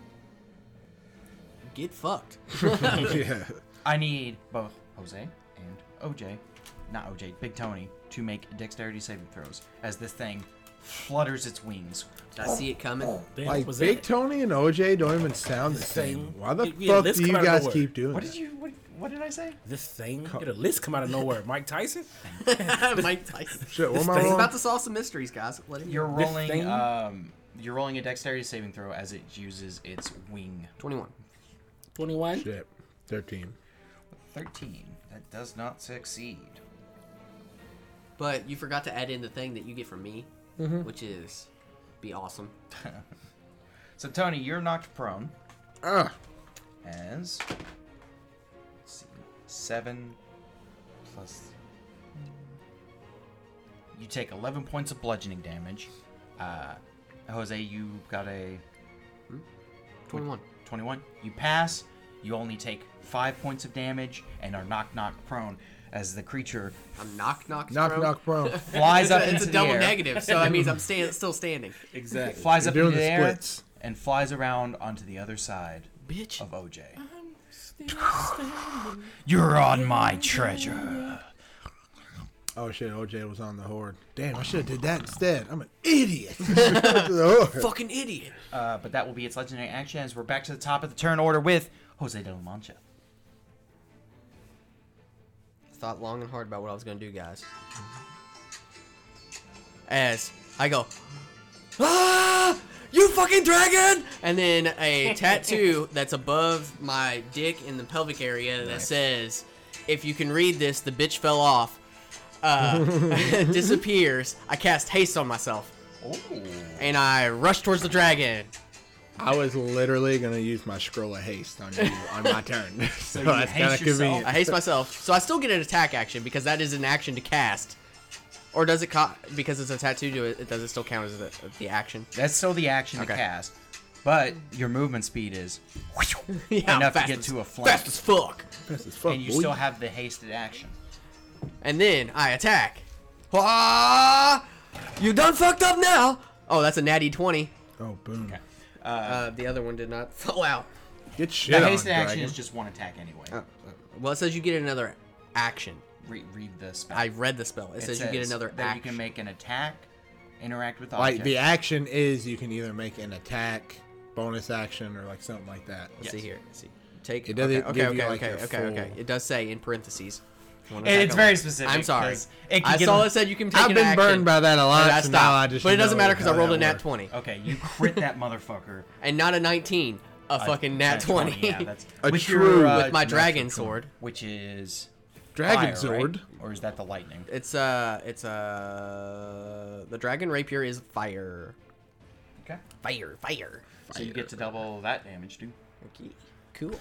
S2: Get fucked.
S3: yeah.
S4: I need both Jose and OJ, not OJ, Big Tony, to make dexterity saving throws as this thing flutters its wings.
S2: Did I see it coming?
S5: Damn,
S3: Like
S5: was
S3: Big
S5: that-
S3: Tony and OJ don't even sound the same. Why the
S5: It- yeah,
S3: fuck
S5: let's
S3: do
S5: come
S3: you
S5: out of
S3: guys
S5: nowhere.
S3: keep doing
S4: What
S3: that?
S4: did you? What, what did I say?
S5: This thing. Get a list come out of nowhere. Mike Tyson?
S2: Mike Tyson.
S3: Shit, what am I
S2: He's
S3: wrong?
S2: about to solve some mysteries, guys. Let him.
S4: You're
S5: This
S4: rolling.
S5: thing?
S4: Um, you're rolling a dexterity saving throw as it uses its wing.
S2: 21.
S5: 21.
S3: Shit. 13.
S4: Thirteen. That does not succeed.
S2: But you forgot to add in the thing that you get from me, which is be awesome.
S4: So Tony, you're knocked prone
S3: Ah,
S4: as. Let's see, seven plus. You take eleven points of bludgeoning damage. Uh, Jose, you got a
S2: 21.
S4: 21. You pass. You only take five points of damage and are knock knock prone as the creature
S2: I'm knock knock
S3: knock,
S2: prone.
S3: knock, bro.
S4: flies
S2: It's
S4: up
S2: a, it's
S4: into
S2: a
S4: the
S2: double
S4: air.
S2: negative, so that means I'm stand, still standing.
S5: Exactly.
S4: Flies up
S3: You're
S4: into
S3: doing
S4: the,
S3: the
S4: air
S3: splits.
S4: and flies around onto the other side
S2: Bitch.
S4: of OJ. You're on my treasure.
S3: Oh shit, OJ was on the horde. Damn, I should have did that instead. I'm an idiot. The horde.
S2: Fucking idiot.
S4: Uh, but that will be its legendary action as we're back to the top of the turn order with Jose de la Mancha.
S2: Thought long and hard about what I was going to do, guys. As I go, ah, you fucking dragon! And then a tattoo that's above my dick in the pelvic area that says, if you can read this, the bitch fell off. Uh, disappears. I cast haste on myself
S4: Oh.
S2: and I rush towards the dragon.
S3: I was literally gonna use my scroll of haste on you on my turn. so
S4: you
S3: that's
S4: haste
S3: kind
S4: yourself?
S3: of convenient.
S2: I haste myself, so I still get an attack action because that is an action to cast. Or does it co- because it's a tattoo? Do it? it- Does it still count as the, the action?
S4: That's still the action to
S2: Okay.
S4: cast, but your movement speed is
S2: Yeah,
S4: enough to
S2: fast
S4: get
S2: as-
S4: to a flank,
S2: Fast as fuck.
S3: Fast as fuck,
S4: and you
S3: boy.
S4: still have the hasted action.
S2: And then I attack. Ah! You done fucked up now. Oh, that's a natty twenty.
S3: Oh boom.
S2: Uh, the other one did not fall out.
S3: Get shit
S4: The
S3: on,
S4: hasted action
S3: dragon.
S4: is just one attack anyway.
S2: Well, it says you get another action.
S4: Re- read the spell.
S2: I read the spell. It,
S4: It
S2: says, you get
S4: says
S2: another
S4: that
S2: action.
S4: you can make an attack, interact with objects.
S3: Like the action is, you can either make an attack, bonus action, or like something like that.
S2: Let's see here. Let's see. Take.
S3: It doesn't
S2: okay, okay,
S3: give you,
S2: okay,
S3: like,
S2: okay,
S3: a
S2: okay, okay.
S3: full-
S2: It does say in parentheses. One
S4: And
S2: attack
S4: it's
S2: on
S4: very
S2: life.
S4: specific,
S2: I'm sorry.
S4: 'cause it can
S2: I
S4: get
S2: saw
S4: a-
S2: it said you can take
S3: I've
S2: an
S3: been
S2: action,
S3: burned by that a lot,
S2: and I
S3: so
S2: stopped.
S3: now I just
S2: but it doesn't
S3: know
S2: matter because I
S3: how
S2: rolled
S3: that
S2: a nat
S3: works.
S2: twenty
S4: Okay, you crit that motherfucker.
S2: and not a nineteen, a fucking nat, 20.
S4: Yeah, that's
S3: A
S4: with
S3: true-
S4: your, uh,
S2: with my
S3: nat
S2: dragon sword.
S4: which is
S3: Dragon
S4: fire, right?
S3: Zord.
S4: or is that the lightning?
S2: It's uh, it's uh, the dragon rapier is fire,
S4: Okay,
S2: fire, fire.
S4: so you get to double that damage, dude.
S2: Okay, cool.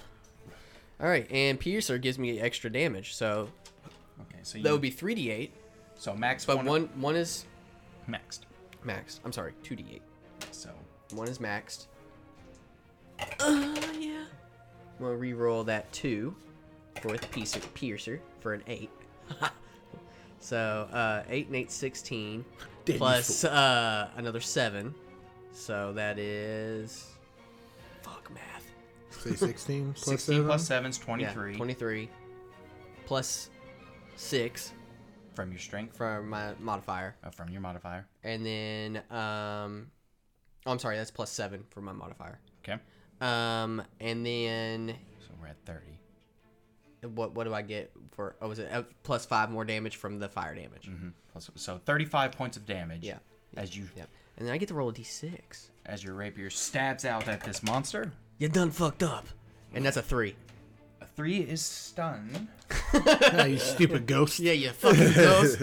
S2: All right, and piercer gives me extra damage, so
S4: Okay, so you,
S2: that would be three d eight,
S4: so max
S2: but
S4: one,
S2: one one is
S4: maxed.
S2: maxed. I'm sorry, two d eight.
S4: So
S2: One is maxed. Uh, yeah. We'll re-roll that two for with piercer, piercer for an eight. so uh, eight and eight, sixteen.
S3: Damn you
S2: plus uh, another seven. So that is. Fuck math.
S3: Say 16 plus
S4: 16
S3: seven?
S4: plus 7 is
S2: Yeah,
S4: 23
S2: twenty-three. Plus six
S4: from your strength,
S2: for my modifier,
S4: uh, from your modifier.
S2: and then um, oh, I'm sorry, that's plus seven for my modifier.
S4: Okay.
S2: Um, and then
S4: So we're at 30.
S2: what what do I get for? Oh, was it uh, plus five more damage from the fire damage?
S3: Mm-hmm.
S4: hmm Plus, so 35 points of damage.
S2: Yeah.
S4: As you
S2: Yep. And then I get to roll a d6.
S4: as your rapier stabs out at this monster.
S2: You done fucked up. And that's a three.
S4: A 3 is stun.
S3: Ah, you stupid ghost.
S2: Yeah, you fucking ghost.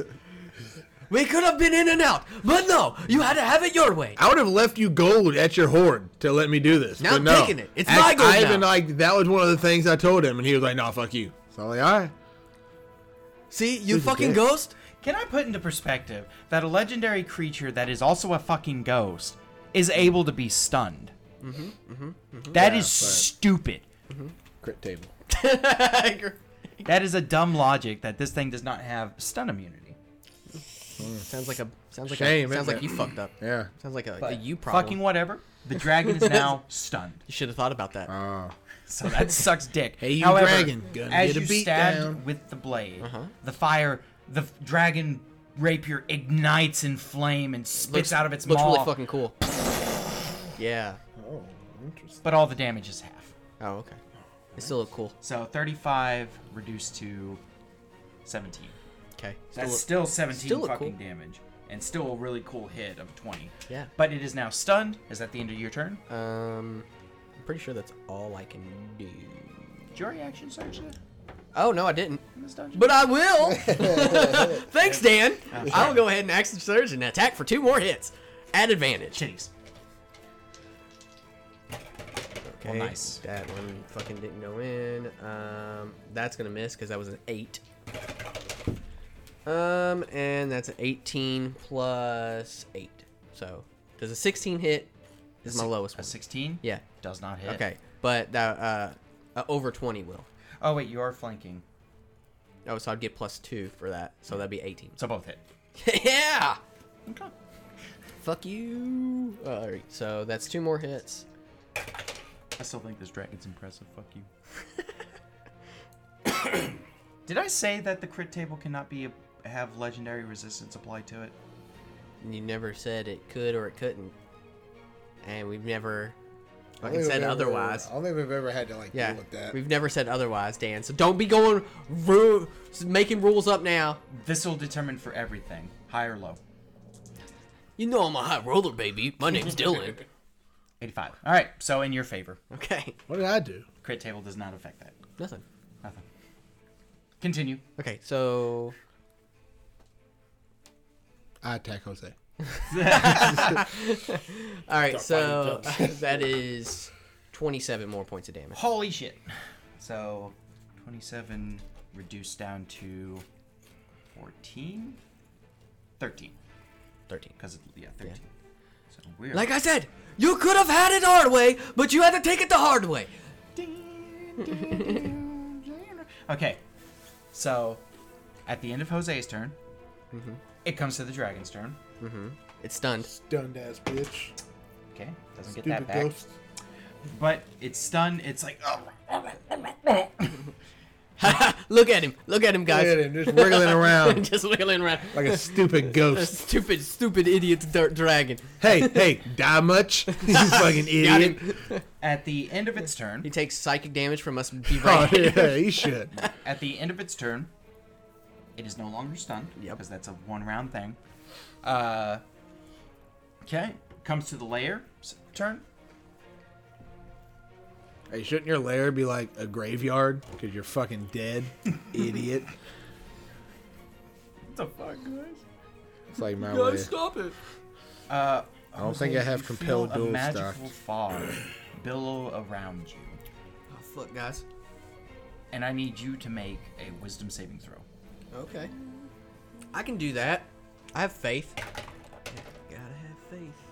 S2: we could have been in and out, but no, you had to have it your way.
S3: I would have left you gold at your hoard to let me do this.
S2: Now
S3: but
S2: I'm
S3: no.
S2: taking it. It's
S3: Act-
S2: my gold
S3: I even
S2: now.
S3: like that was one of the things I told him, and he was like, "Nah, fuck you." So I'm like, "All right."
S2: See, you
S3: Who's the
S2: fucking
S3: dick?
S2: ghost.
S4: Can I put into perspective that a legendary creature that is also a fucking ghost is able to be stunned? Mm-hmm, mm-hmm, stupid.
S3: Crit table.
S4: That is a dumb logic that this thing does not have stun immunity.
S2: sounds like a sounds like
S3: Shame,
S2: a, sounds
S3: isn't
S2: like
S3: it?
S2: you fucked up.
S3: Yeah.
S2: Sounds like a, a
S4: But
S2: Uh, you problem.
S4: Fucking whatever. The dragon is now stunned.
S2: you should have thought about that.
S3: Uh,
S4: So that sucks dick.
S3: Hey, you
S4: However,
S3: dragon, gonna
S4: as
S3: get a
S4: you
S3: beat
S4: stabbed
S3: down.
S4: with the blade, the fire, the f- dragon rapier ignites in flame and spits out of its
S2: looks
S4: maw.
S2: really fucking cool. yeah.
S3: oh, interesting.
S4: but all the damage is half.
S2: Oh, okay. It still look cool.
S4: So 35 reduced to 17.
S2: Okay. Still
S4: That's
S2: look-
S4: still 17
S2: still look
S4: fucking
S2: cool.
S4: damage. And still a really cool hit of 20.
S2: Yeah.
S4: But it is now stunned. Is that the end of your turn?
S2: Um, I'm pretty sure that's all I can do.
S4: Did you already action search it
S2: Oh no, I didn't.
S4: in this dungeon?
S2: But I will. Thanks, Dan. I will go ahead and action surge and attack for two more hits at advantage.
S4: Chitties.
S2: Okay.
S4: nice.
S2: That one fucking didn't go in. Um, that's gonna miss because that was an eight. Um, and that's an 18 plus eight. So does a 16 hit? This is my
S4: Si-
S2: lowest
S4: A
S2: one.
S4: 16?
S2: Yeah.
S4: Does not hit.
S2: Okay, but that uh, uh, over 20 will.
S4: Oh, wait, you are flanking.
S2: Oh, so I'd get plus two for that. So that'd be 18.
S4: So both hit.
S2: yeah.
S4: Okay.
S2: Fuck you. All right. So that's two more hits.
S4: I still think this dragon's impressive. Fuck you. Did I say that the crit table cannot be have legendary resistance applied to it?
S2: And you never said it could or it couldn't, and we've never
S3: I
S2: fucking said otherwise.
S3: I don't think we've ever had to like
S2: yeah,
S3: deal with that.
S2: we've never said otherwise, Dan. So don't be going ru- making rules up now.
S4: This will determine for everything, high or low.
S2: You know I'm a high roller, baby. My name's Dylan.
S4: 85. All right, so in your favor.
S2: Okay.
S3: What did I do?
S4: Crit table does not affect that.
S2: Nothing.
S4: Nothing. Continue.
S2: Okay. So
S3: I attack Jose.
S2: all right. So
S5: Start fighting
S2: that is 27 more points of damage.
S4: Holy shit. So, 27 reduced down to 14? 13.
S2: 13.
S4: Because, yeah, 13. So we're.
S2: Like I said, you could have had it hard way, but you had to take it the hard way.
S4: Okay, so at the end of Jose's turn, it comes to the dragon's turn.
S2: It's stunned.
S3: Stunned ass bitch.
S4: Okay, doesn't get
S3: Stupid
S4: that back.
S3: ghost.
S4: But it's stunned. It's like, oh,
S2: Look at him. Look at him,
S3: Look
S2: guys.
S3: at him just wiggling around
S2: Just wiggling around.
S3: like a stupid ghost.
S2: Stupid, stupid idiot dirt dragon.
S3: Hey, hey, die much? you fucking
S2: Got
S3: idiot.
S2: him.
S4: at the end of its
S2: He
S4: turn,
S2: takes psychic damage from us
S3: Oh
S2: berating.
S3: yeah, he should.
S4: at the end of its turn, it is no longer stunned because
S2: Yep.
S4: that's a one round thing. Uh, okay, comes to the layer's turn.
S3: Hey, shouldn't your lair be like a graveyard? Because you're fucking dead, idiot.
S4: What the fuck, guys?
S3: It's like my lair.
S2: stop it.
S4: Uh,
S3: I don't think I have compelled
S4: feel a
S3: dual
S4: magical
S3: stock.
S4: fog billow around you,
S2: Oh, fuck, guys.
S4: and I need you to make a wisdom saving throw.
S2: Okay. I can do that. I have faith. Gotta have faith.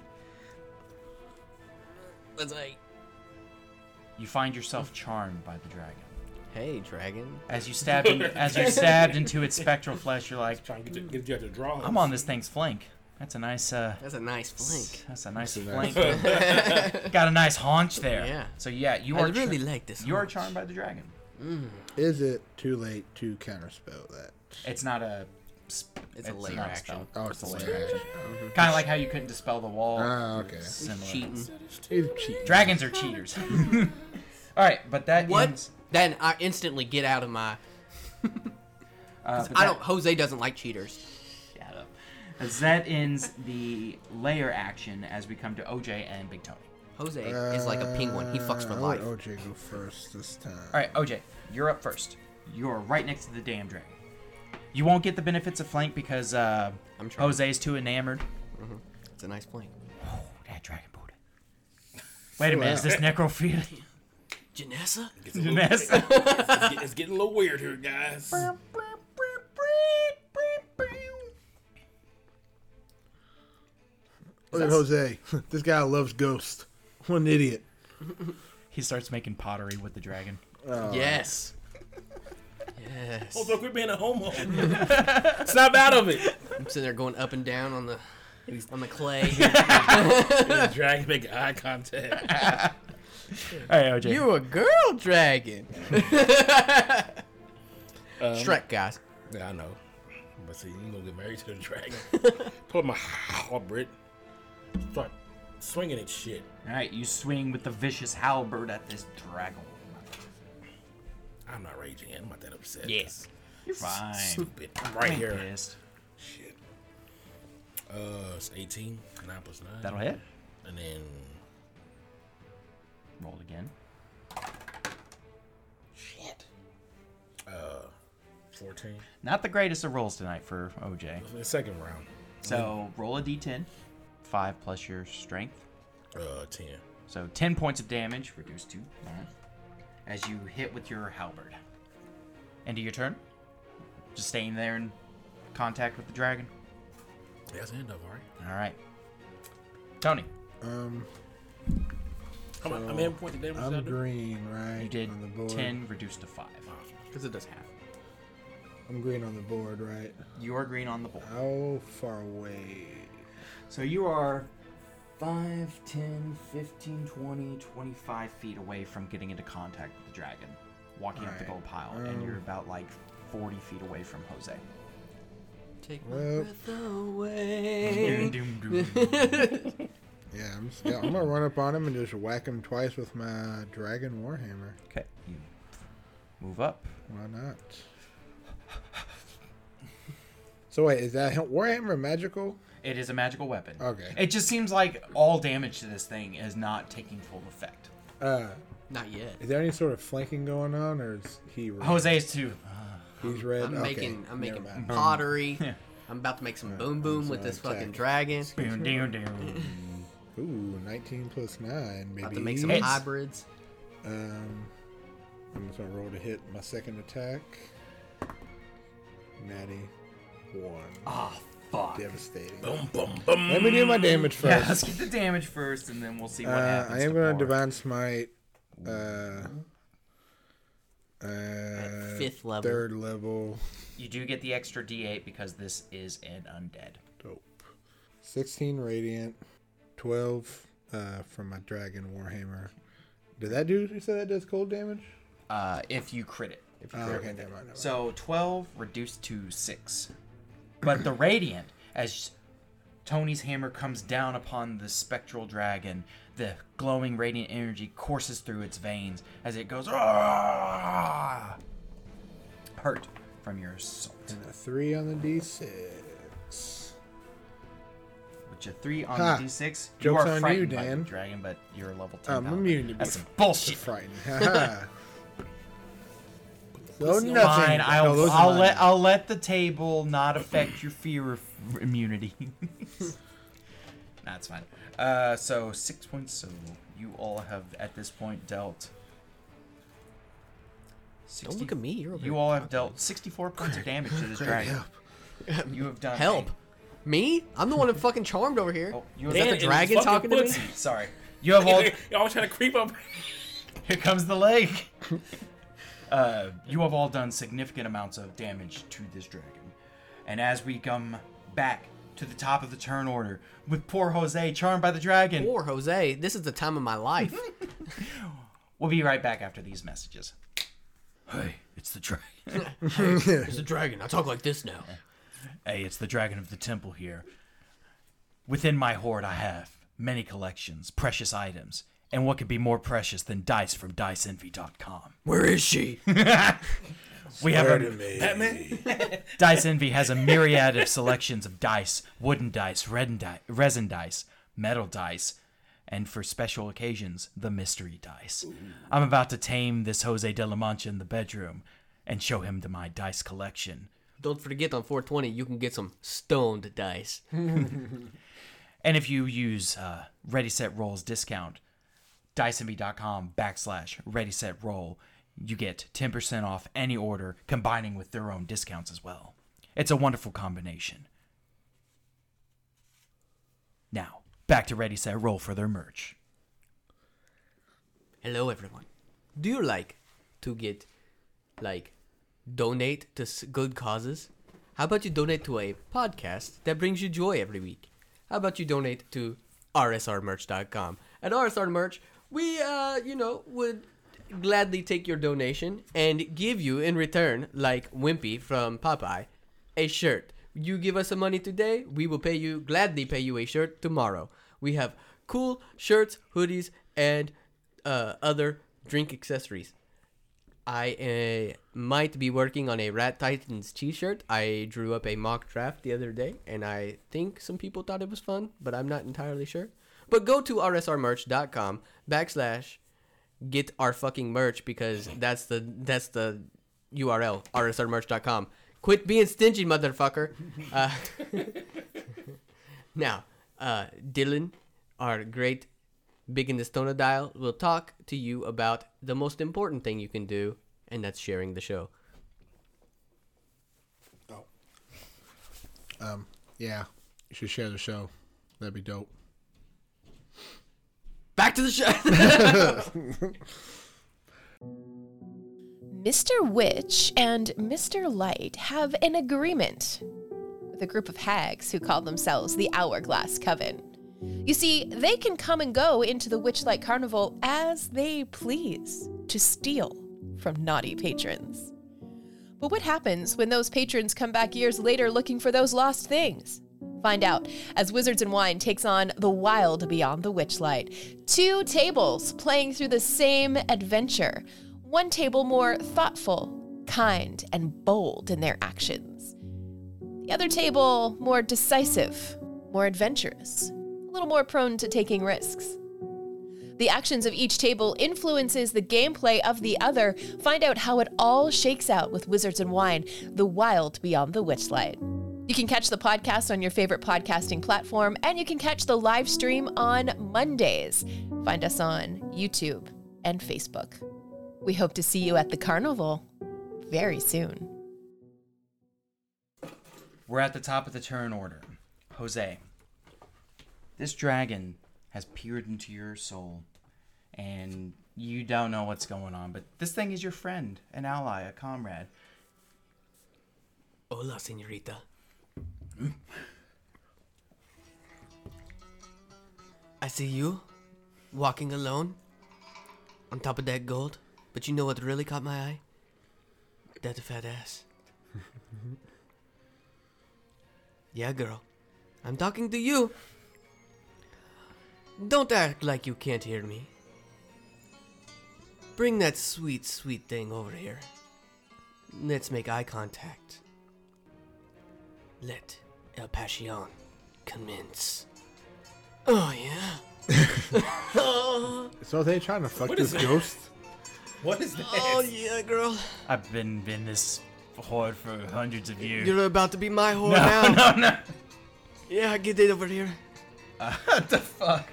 S2: That's like,
S4: You find yourself charmed by the dragon.
S2: hey, dragon.
S4: As you stabbed, in, as you stabbed into its spectral flesh, you're like,
S5: Trying to get, you- get you out the draw.
S4: "I'm on this thing's flank. That's a nice, uh,
S2: That's a nice flank.
S4: that's a nice
S3: That's a nice-
S4: flank. Got a nice haunch there.
S2: Yeah.
S4: So yeah, you
S2: I
S4: are
S2: really
S4: char-
S2: like this.
S4: you are
S2: haunch.
S4: charmed by the dragon.
S3: Is it too late to counterspell that?
S4: It's not a. Sp-
S2: It's a layer
S4: not
S2: action.
S4: spell.
S3: Oh, it's a layer
S4: Kind of like how you couldn't dispel the wall.
S3: Ah, okay.
S4: Similar.
S2: Cheating.
S3: He's cheating.
S4: Dragons are cheaters. All right, but that
S2: What?
S4: ends-
S2: Then I instantly get out of my.
S4: uh, but
S2: I
S4: that-
S2: don't. Jose doesn't like cheaters.
S4: Shut up. As that ends the layer action as we come to OJ and Big Tony.
S2: Jose is like a penguin. He fucks for
S3: Uh, I'll
S2: life.
S3: let OJ go first this time.
S4: All right, OJ, you're up first. You're right next to the damn dragon. You won't get the benefits of flank because uh,
S2: I'm trying.
S4: Jose's too enamored.
S2: It's a nice flank.
S4: Oh, that dragon booty. Wait a minute, is this necrophilia?
S2: Janessa.
S4: Mess.
S5: It's getting, it's getting a little weird here, guys.
S3: Look at Jose. this guy loves ghosts. What an idiot.
S4: he starts making pottery with the dragon.
S3: Oh.
S2: Yes. Yes.
S5: Look, we're being a homo. Snap out of it.
S2: I'm sitting there going up and down on the on the clay.
S5: The dragon making eye contact.
S4: All right, OJ.
S2: you a girl dragon.
S3: Um,
S2: Shrek guys.
S5: Yeah, I know. But see, you gonna get married to the dragon. Pull up my halberd. Start swinging at shit.
S4: All right, you swing with the vicious halberd at this dragon.
S5: I'm not raging. I'm not that upset.
S2: Yes.
S4: You're fine.
S5: Stupid. I'm right
S4: Ain't
S5: here.
S4: pissed.
S5: Shit. Uh, it's 18. 9 plus 9.
S4: That'll hit.
S5: And then,
S4: Roll again.
S5: uh, 14.
S4: Not the greatest of rolls tonight for OJ.
S5: The second round.
S4: So roll a d10, five plus your strength.
S5: Uh, 10.
S4: So 10 points of damage, reduced to nine, as you hit with your halberd. End of your turn. Just staying there in contact with the dragon.
S5: Yeah, That's the end of it, all right?
S4: All right. Tony,
S3: Um,
S5: Come on, I'm in point today. What should I
S3: I'm
S5: do?
S3: green, right?
S4: you did
S3: on the board.
S4: 10, reduced to 5.
S2: Because it does half.
S3: I'm green on the board, right?
S4: You are green on the board.
S3: How far away?
S4: So you are 5, 10, 15, 20, 25 feet away from getting into contact with the dragon, walking up the Oh. gold
S3: Alright,
S4: pile, and you're about like 40 feet away from Jose.
S2: Take my
S3: Well.
S2: breath away.
S3: Yeah, I'm, just, yeah, I'm gonna run up on him and just whack him twice with my dragon warhammer.
S4: Okay, you move up.
S3: Why not? So wait, is that warhammer magical?
S4: It is a magical weapon.
S3: Okay.
S4: It just seems like all damage to this thing is not taking full effect.
S3: Uh,
S2: Not yet.
S3: is there any sort of flanking going on, or is he red?
S4: Jose is too.
S3: He's red.
S2: I'm
S3: okay,
S2: making I'm
S3: never
S2: making
S3: mind. Uh,
S2: pottery.
S4: Yeah.
S2: I'm about to make some boom boom with this
S3: sorry,
S2: fucking
S3: exactly.
S2: dragon.
S4: Down, down, down.
S3: Ooh, 19 plus nine, baby.
S2: About to make some
S4: Hits.
S2: hybrids.
S3: Um, I'm just gonna roll to hit my second attack. Natty one,
S2: Oh,
S4: Ah, fuck.
S3: devastating.
S5: Boom, boom, boom.
S3: Let me do my damage
S4: Yeah,
S3: first.
S4: let's get the damage first, and then we'll see what
S3: Uh,
S4: happens.
S3: I am
S4: to
S3: gonna
S4: Bard.
S3: divine smite. Uh, uh,
S2: fifth level.
S3: third level.
S4: You do get the extra D8 because this is an undead.
S3: Dope. 16 radiant, 12 uh, from my dragon warhammer. Did that do? You said that does cold damage?
S4: Uh, if you crit it. If you
S3: Oh,
S4: crit
S3: okay,
S4: with
S3: never
S4: it.
S3: mind, never
S4: So 12 reduced to 6. But the radiant, as Tony's hammer comes down upon the spectral dragon, the glowing radiant energy courses through its veins as it goes "Ah!" hurt from your assault.
S3: And a three on the d6.
S4: With your 3 on
S3: Ha.
S4: the d6, you
S3: Joke's
S4: are
S3: on you,
S4: frightened by
S3: Dan. Um,
S4: the dragon, but you're a level 10.
S3: I'm
S4: paladin.
S3: immune to
S4: That's
S3: being-
S4: some bullshit.
S3: Frightening. Haha. so nothing.
S4: Fine, I'll,
S3: No, those are
S4: I'll
S3: mine.
S4: let I'll let the table not affect your fear of immunity. That's fine. Uh, so six points. So you all have at this point dealt. 60,
S2: Don't look at me. You're over
S4: You
S2: here
S4: all have dealt sixty-four points of damage to this dragon. You have done
S2: Help.
S4: a-
S2: Me? I'm the one that fucking charmed over here.
S4: Oh, you have
S2: Is that
S5: Dan
S2: the
S5: is
S2: dragon
S5: fucking
S2: talking to me?
S5: pussy.
S4: Sorry, You have all.
S5: you always trying to creep up.
S4: Here comes the leg. Uh, you have all done significant amounts of damage to this dragon. And as we come back to the top of the turn order, with poor Jose charmed by the dragon,
S2: Poor Jose, this is the time of my life.
S4: we'll be right back after these messages. Hey, it's the dragon.
S2: It's a dragon. I talk like this now.
S4: Hey, it's the dragon of the temple here. Within my hoard, I have many collections, precious items, and what could be more precious than dice from DiceEnvy.com?
S2: Where is she?
S4: We have a, Dice Envy has a myriad of selections of dice, wooden dice, red di- resin dice, metal dice, and for special occasions, the mystery dice. I'm about to tame this Jose de la Mancha in the bedroom and show him to my dice collection.
S2: Don't forget on 420 you can get some stoned dice.
S4: And if you use uh, Ready Set Roll's discount, diceenvy.com backslash Ready Set Roll, you get 10% off any order, combining with their own discounts as well. It's a wonderful combination. Now, back to Ready Set Roll for their merch.
S2: Hello everyone. Do you like to get like donate to s- good causes? How about you donate to a podcast that brings you joy every week? How about you donate to rsrmerch.com? At rsrmerch, we uh, you know, would gladly take your donation and give you in return like Wimpy from Popeye a shirt. You give us some money today, we will pay you gladly pay you a shirt tomorrow. We have cool shirts, hoodies, and uh, other drink accessories. I uh, might be working on a Rat Titans T-shirt. I drew up a mock draft the other day, and I think some people thought it was fun, but I'm not entirely sure. But go to rsrmerch.com backslash get our fucking merch because that's the that's the URL rsrmerch.com. Quit being stingy, motherfucker. Uh, now, uh, Dylan, our great Big in the Stonodial will talk to you about the most important thing you can do, and that's sharing the show.
S3: Um, Yeah, you should share the show. That'd be dope.
S2: Back to the show.
S6: Mr. Witch and Mr. Light have an agreement with a group of hags who call themselves the Hourglass Coven. You see, they can come and go into the Witchlight Carnival as they please to steal from naughty patrons. But what happens when those patrons come back years later looking for those lost things? Find out as Wizards and Wine takes on The Wild Beyond the Witchlight. Two tables playing through the same adventure, one table more thoughtful, kind, and bold in their actions, the other table more decisive, more adventurous, a little more prone to taking risks. The actions of each table influences the gameplay of the other. Find out how it all shakes out with Wizards and Wine, the wild beyond the witchlight. You can catch the podcast on your favorite podcasting platform, and you can catch the live stream on Mondays. Find us on YouTube and Facebook. We hope to see you at the carnival very soon.
S4: We're at the top of the turn order. Jose, this dragon has peered into your soul, and you don't know what's going on, but this thing is your friend, an ally, a comrade.
S2: Hola, senorita. I see you walking alone on top of that gold, but you know what really caught my eye? That fat ass. yeah, girl. I'm talking to you. Don't act like you can't hear me. Bring that sweet, sweet thing over here. Let's make eye contact. Let El Passion commence. Oh, yeah.
S3: So they trying to fuck
S5: What
S3: this
S5: is that?
S3: ghost?
S5: What is this?
S2: Oh, yeah, girl.
S4: I've been in this horde for hundreds of years.
S2: You're about to be my whore
S4: no,
S2: now.
S4: no, no.
S2: Yeah, get it over here.
S4: What the fuck?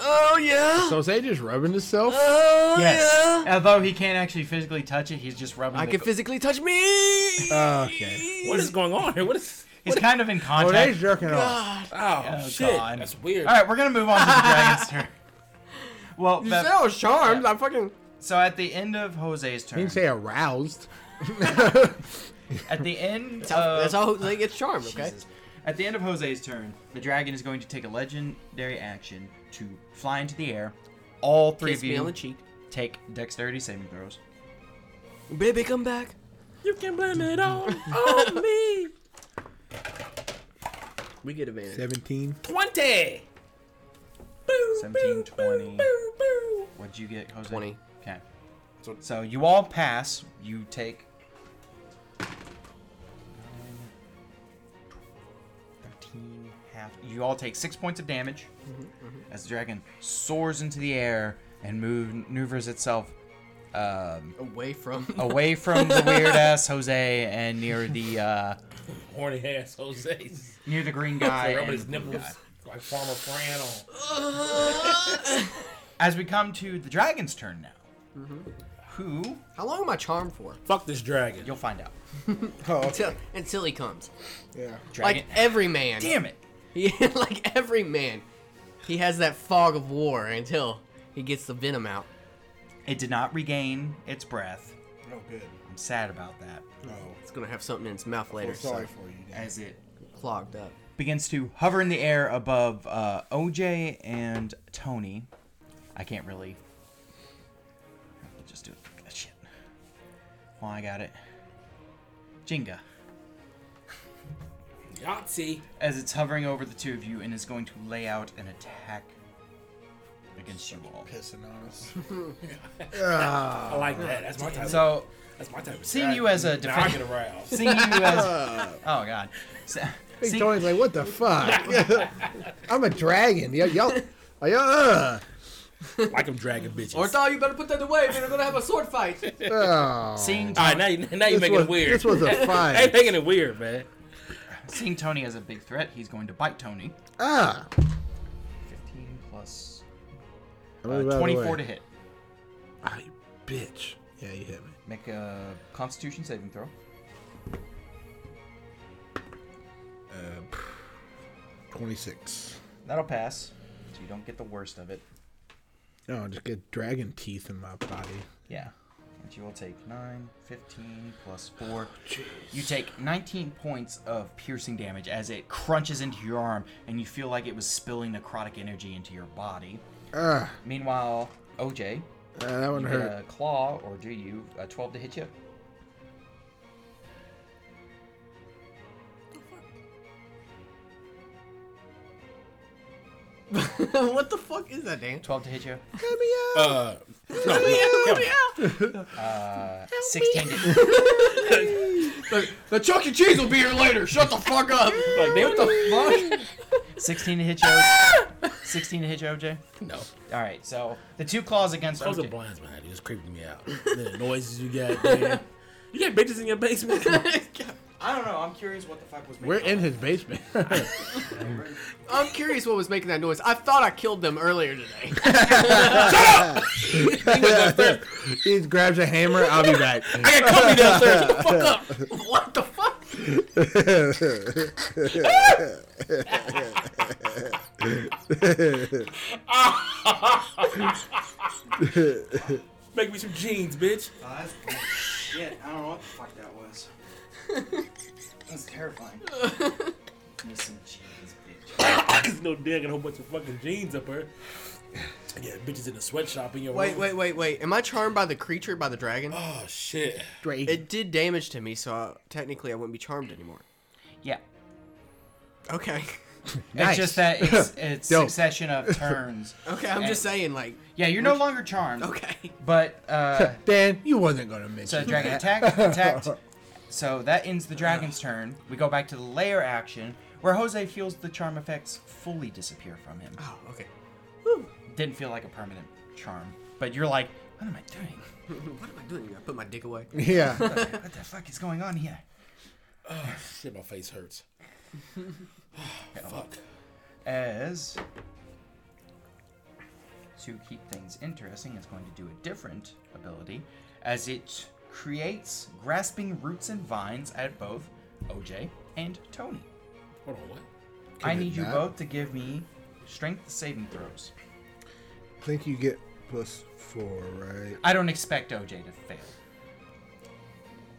S2: Oh, yeah.
S3: So they just rubbing himself?
S2: Oh,
S4: Yes.
S2: yeah.
S4: Although he can't actually physically touch it, he's just rubbing.
S2: I
S4: the
S2: can
S4: go-
S2: physically touch me.
S4: Uh,
S3: Okay.
S5: What is going on here? What is?
S4: He's kind of in
S3: Oh, they
S4: contact.
S3: jerking off.
S5: Oh, shit!
S4: God.
S5: That's weird.
S4: All right, we're gonna move on to the dragon's turn. Well,
S2: You
S4: Bev-
S2: said I was charmed. I fucking.
S4: so at the end of Jose's
S3: You
S4: turn,
S3: didn't say aroused.
S4: at the end
S2: that's
S4: of
S2: how Jose gets charmed. Okay.
S4: Uh, Jesus. At the end of Jose's turn, the dragon is going to take a legendary action to fly into the air. All three
S2: Kiss
S4: of you
S2: me on the cheek.
S4: take dexterity saving throws.
S2: Baby, come back.
S5: You can blame it all on me.
S2: We get advantage.
S3: 17.
S5: 20. Boo,
S4: 17,
S5: boo,
S4: 20.
S5: Boo, boo, boo.
S4: What'd you get, Jose?
S2: 20.
S4: Okay.
S5: So-
S4: So you all pass. You take. 13 half. You all take six points of damage as the dragon soars into the air and move, maneuvers itself um,
S2: Away from.
S4: away from the weird ass Jose and near the uh,
S5: Horny ass Jose's.
S4: near the green guy.
S5: Rubbing
S4: and
S5: his
S4: blue
S5: nipples
S4: guy.
S5: like Farmer Fran.
S4: As we come to the dragon's turn now, who
S2: How long am I charmed for?
S5: Fuck this dragon.
S4: you'll find out.
S2: Until, until he comes.
S4: Dragon.
S2: Like every man.
S4: Damn it!
S2: He, like every man, he has that fog of war until he gets the venom out.
S4: It did not regain its breath.
S3: Oh, good.
S4: I'm sad about that.
S3: No.
S2: It's gonna have something in its mouth later, so
S3: for you.
S4: As it
S2: clogged up.
S4: begins to hover in the air above uh, OJ and Tony. I can't really. I'll Just do it. Shit. Well, I got it. Jenga.
S5: Yahtzee.
S4: as it's hovering over the two of you and is going to lay out an attack against you all.
S3: Pissing Ah, on us.
S5: I like that. That's my type.
S4: So,
S5: of, that's my type. Of
S4: seeing you as a
S5: now I get
S4: defender,
S5: aroused.
S4: seeing you as oh god, Se-
S3: Hey,
S4: see-
S3: Tony's like, what the fuck? I'm a dragon. Y- y'all, are y'all, uh,
S5: like I'm dragging bitches.
S2: Orthal, you better put that away. We're gonna have a sword fight.
S3: oh.
S4: seeing
S5: all
S4: Tony,
S5: right, now you now you
S3: this,
S5: making
S3: was,
S5: it weird.
S3: this was a
S5: Ain't
S3: fight.
S5: making it weird, man.
S4: seeing Tony as a big threat, he's going to bite Tony.
S3: ah.
S4: 15 plus
S3: I
S4: uh,
S3: moved out of the
S4: 24
S3: way.
S4: to hit.
S3: Ah, you bitch. Yeah, you hit me.
S4: Make a Constitution saving throw.
S3: Uh, 26.
S4: That'll pass, so you don't get the worst of it.
S3: No, I Oh, just get dragon teeth in my body.
S4: Yeah. And you will take 9, 15 plus 4. you take 19 points of piercing damage as it crunches into your arm and you feel like it was spilling necrotic energy into your body.
S3: Ah,
S4: Meanwhile, OJ,
S3: uh, that one
S4: you get
S3: hurt.
S4: a claw or do you a 12 to hit you?
S2: what the fuck is that, Dan?
S4: 12 to hit you.
S5: Uh, no, no,
S4: Uh, 16 to
S2: The, the Chuck E. Cheese will be here later. Shut the fuck up. Like, man, what the
S4: 16 to hit you. 16 to hit you, OJ.
S5: no.
S4: All right, so the two claws against
S5: Those are
S4: OJ.
S5: blinds behind you. Just creeping me out. the noises you got. Man. You got bitches in your basement.
S2: fuck?
S4: I don't know. I'm curious what the fuck was.
S3: We're in his basement.
S2: I'm curious what was making that noise. I thought I killed them earlier today.
S3: he grabs a hammer. I'll be back.
S5: I got company downstairs. Shut the fuck up.
S2: what the fuck?
S5: Make me some jeans, bitch.
S4: Oh, that's shit. I don't know what the fuck that was. That's terrifying. Missing jeans, bitch.
S5: There's no dig and a whole bunch of fucking jeans up here. I got bitches in the sweatshop in your
S2: Wait,
S5: room.
S2: wait, wait, wait. Am I charmed by the creature, by the dragon?
S5: Oh shit.
S3: Dragon.
S2: It did damage to me, so I, technically I wouldn't be charmed anymore.
S4: Yeah.
S2: Okay.
S4: It's just that it's, it's
S3: Dope.
S4: succession of turns.
S2: Okay, I'm just saying, like,
S4: Yeah, you're no longer charmed.
S2: okay.
S4: But uh,
S3: Dan, you wasn't gonna miss
S4: so the dragon attacked, attacked. So that ends the dragon's turn. We go back to the layer action where Jose feels the charm effects fully disappear from him.
S2: Oh, okay.
S4: Didn't feel like a permanent charm, but you're like, what am I doing?
S2: What am I doing? I put my dick away.
S3: Yeah.
S4: What the fuck is going on here?
S5: Shit, my face hurts. Fuck.
S4: as to keep things interesting it's going to do a different ability as it creates grasping roots and vines at both OJ and Tony.
S5: Hold on, what?
S4: I
S3: Can it
S4: need you
S3: not?
S4: both to give me strength saving throws.
S3: think you get plus four, right?
S4: I don't expect OJ to fail.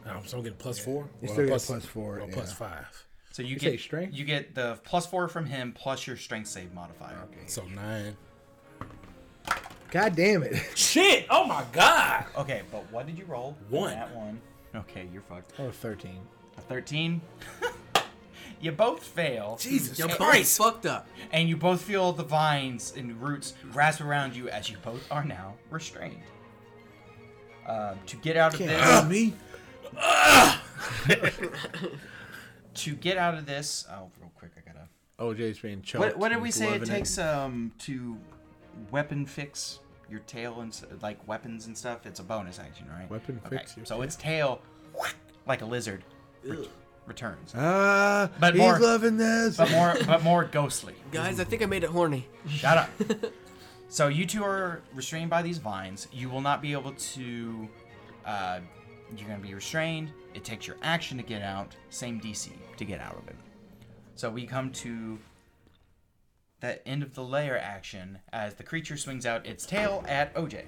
S5: Oh, so I'm getting plus four.
S3: You
S5: Well,
S3: still get plus four,
S5: well, plus
S3: yeah.
S5: five.
S4: So you
S3: say
S4: get
S3: strength?
S4: you get the plus four from him plus your strength save modifier.
S5: So nine.
S3: God damn it.
S5: Shit! Oh my god!
S4: Okay, but what did you roll?
S5: One.
S4: That one. Okay, you're fucked.
S3: Oh, 13.
S4: A thirteen. you both fail,
S5: Jesus
S2: Your body's
S5: Christ!
S2: fucked up.
S4: and you both feel the vines and roots grasp around you as you both are now restrained. Uh, to get out of this,
S3: Oh, me?
S4: to get out of this, oh, real quick, I gotta.
S3: OJ's being choked.
S4: What, what did
S3: and
S4: we say it
S3: loving
S4: takes um to weapon fix your tail and s- like weapons and stuff? It's a bonus action, right?
S3: Weapon
S4: okay.
S3: fix your
S4: So its tail, like a lizard, ret- returns,
S3: Ah,
S4: But
S3: he's
S4: more-
S3: loving this.
S4: but more but more ghostly.
S2: Guys, I think I made it horny.
S4: Shut up. so you two are restrained by these vines. You will not be able to. Uh, you're going to be restrained. It takes your action to get out. Same DC to get out of it. So we come to the end of the layer action as the creature swings out its tail at OJ. And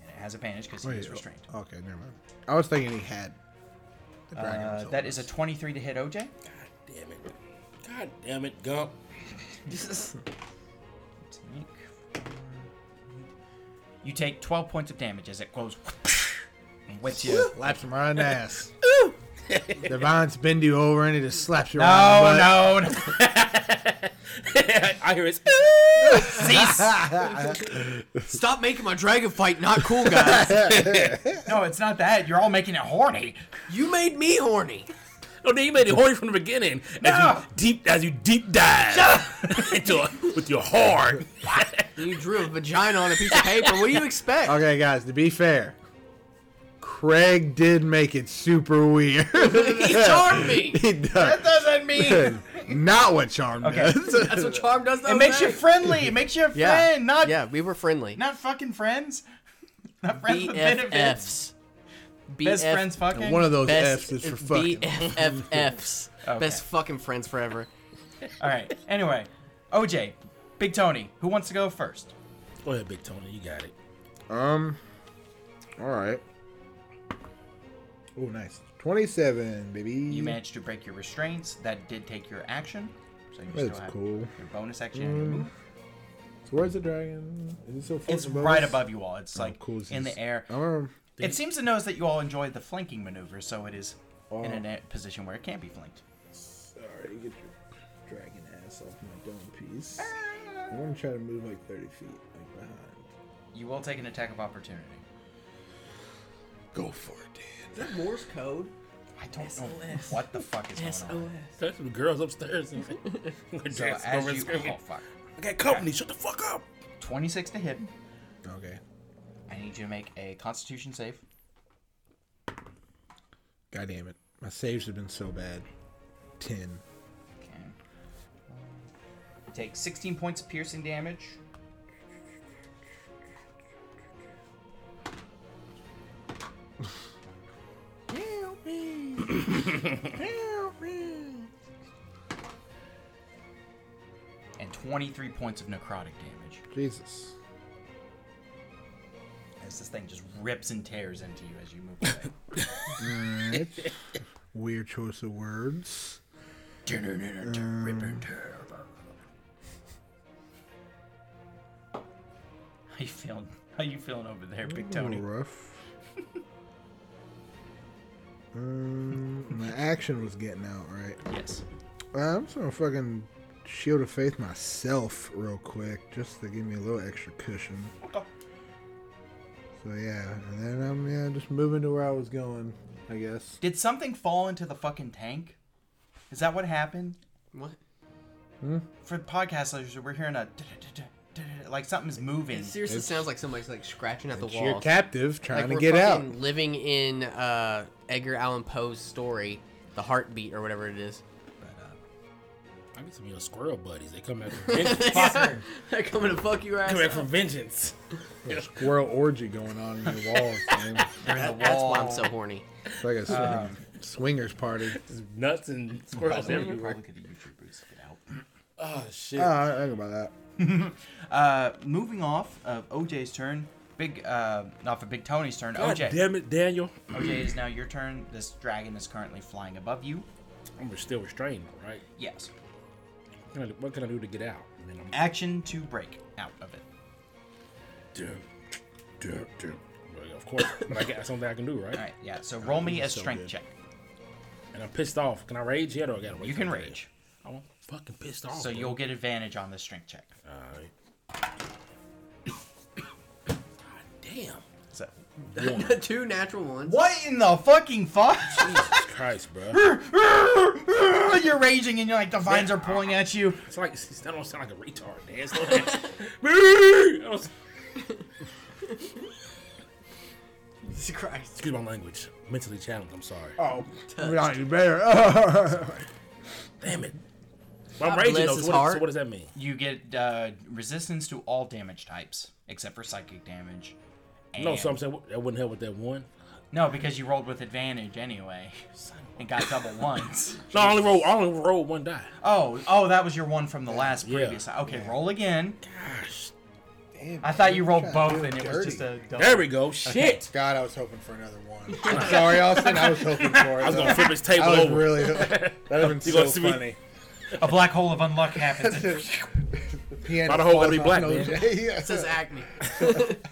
S4: it has advantage because he
S3: Wait,
S4: is restrained.
S3: oh, Okay, never mind. I was thinking he had. The dragon
S4: Uh,
S3: soul.
S4: that is a 23 to hit OJ.
S5: Damn it. God damn it, Gump.
S4: You take 12 points of damage as it goes and whips you.
S3: Slaps him right in the ass. the vines bend you over and it just slaps you right
S4: No,
S3: in the butt.
S4: no, no.
S5: I hear it's.
S2: Stop making my dragon fight not cool, guys.
S4: No, it's not that. You're all making it horny.
S2: you made me horny.
S5: Oh, no, you made it horny from the beginning. As
S4: No.
S5: you deep, as you deep dive into a- with your heart.
S2: You drew a vagina on a piece of paper. What do you expect?
S3: Okay, guys, to be fair, Craig did make it super weird.
S2: He charmed me.
S3: he does.
S4: doesn't mean.
S3: Not what charm
S4: Okay.
S3: does.
S2: That's what charm does.
S4: It makes you friendly. It makes you a friend.
S2: yeah.
S4: Not
S2: yeah, we were friendly.
S4: not fucking friends. Not friends with benefits.
S2: BFFs. BF,
S4: Best friends fucking.
S3: One of those
S2: Best
S3: F's is for fucking.
S2: BFFs.
S4: Okay.
S2: Best fucking friends forever.
S4: All right. Anyway, OJ, Big Tony, who wants to go first?
S5: Go ahead, Big Tony. You got it.
S3: Um. All right. Oh, nice. Twenty-seven, baby.
S4: You managed to break your restraints. That did take your action. So you
S3: That's
S4: still have
S3: cool. Mm.
S4: your bonus action and your move.
S3: So where's the dragon? Is it so
S4: It's right above you all. It's like
S3: cool, it's
S4: in the
S3: just-
S4: air.
S3: Um.
S4: It seems to notice that you all enjoy the flanking maneuver, so it is
S3: Oh.
S4: in a position where it can't be flanked.
S3: Sorry, get your dragon ass off my dome piece.
S4: Ah!
S3: I'm gonna try to move like thirty feet, like behind.
S4: You will take an attack of opportunity.
S3: Go for it, dude.
S2: Morse code.
S4: I don't know what the fuck is going on.
S5: There's some girls upstairs. and we're
S4: So
S5: dancing
S4: as
S5: over and
S4: you-
S5: screaming.
S4: oh, fuck.
S5: I got company. Shut the fuck up.
S4: 26 to hit.
S3: Okay.
S4: I need you to make a Constitution save.
S3: God damn it. My saves have been so bad. Ten.
S4: Okay. You take 16 points of piercing damage.
S3: Help me. Help me.
S4: and 23 points of necrotic damage
S3: Jesus.
S4: as this thing just rips and tears into you as you move away.
S3: Alright. Weird choice of words.
S4: Rip and tear. How you feeling? How you feeling over there, Big Tony?
S3: A little rough. um, my action was getting out right.
S4: Yes.
S3: Uh, I'm just gonna fucking shield of faith myself real quick, just to give me a little extra cushion. So yeah, and then I'm yeah just moving to where I was going, I guess.
S4: Did something fall into the fucking tank? Is that what happened?
S2: What?
S4: For podcast listeners, we're hearing a da-da-da-da-da-da, like something's moving.
S2: It seriously sounds like somebody's like scratching at the wall.
S3: You're captive,
S2: like
S3: trying
S2: we're
S3: to get out.
S2: fucking Living in uh, Edgar Allan Poe's story, The Heartbeat or whatever it is.
S5: I need some of your squirrel buddies. They come back for vengeance.
S2: They're coming to fuck your ass.
S5: come back for
S2: up.
S5: vengeance.
S3: Squirrel orgy going on in your walls, man.
S2: That's why I'm so horny.
S3: It's like a swing- swingers party.
S5: Nuts and
S4: By
S5: squirrels
S4: the way, you
S5: everywhere.
S4: probably could have used your boots to get out.
S5: Oh shit.
S3: uh, I I think about that.
S4: Uh, moving off of OJ's turn, big uh, not for Big Tony's turn.
S5: God
S4: OJ,
S5: damn it, Daniel.
S4: OJ it is now your turn. This dragon is currently flying above you.
S5: I'm still restrained, right?
S4: Yes.
S5: What can I do, what can I do to get out? And then I'm
S4: Action to break out of it.
S5: Dun, dun, dun. Well, Of course, but I got something I can do, right?
S4: All right. Yeah. So roll me a strength check.
S5: And I'm pissed off. Can I rage yet, or I gotta wait?
S4: You
S5: till
S4: can
S5: the day?
S4: rage,
S5: I'm fucking pissed off.
S4: so you'll get advantage on the strength check.
S5: Alright. God damn.
S4: So.
S2: Two natural ones.
S4: What in the fucking fuck?
S5: Jesus Christ, bro.
S4: you're raging and you're like the vines are pulling at you.
S5: It's like that don't sound like a retard, man. It's not like- That was-
S2: Jesus Christ.
S5: Excuse my language. Mentally challenged. I'm sorry.
S3: Oh, we don't need better.
S5: Damn it. Well, I'm
S2: God
S5: raging
S2: bless
S5: though.
S2: his
S5: So what, so
S2: heart.
S5: what does that mean?
S4: You get uh, resistance to all damage types except for psychic damage.
S5: No,
S4: And-
S5: so I'm saying what- that wouldn't help with that one.
S4: No, because you rolled with advantage anyway and got double ones.
S5: No, I only roll. I only roll one die.
S4: Oh, oh, that was your one from the last
S5: Yeah.
S4: previous. Okay, roll again.
S5: Gosh,
S4: I thought you rolled both and it was just a double.
S5: there we go. Shit.
S3: God, I was hoping for another one. I'm sorry, Austin. I was hoping for it.
S5: I was gonna flip his table
S3: I was
S5: over.
S3: really. That would have been
S5: You
S3: so
S5: gonna see me?
S3: funny.
S4: A black hole of unluck happens.
S3: Piano
S5: Why the hole gotta
S3: falls
S5: be
S3: off
S5: black,
S3: no
S5: man?
S3: J. Yeah.
S2: It says acne.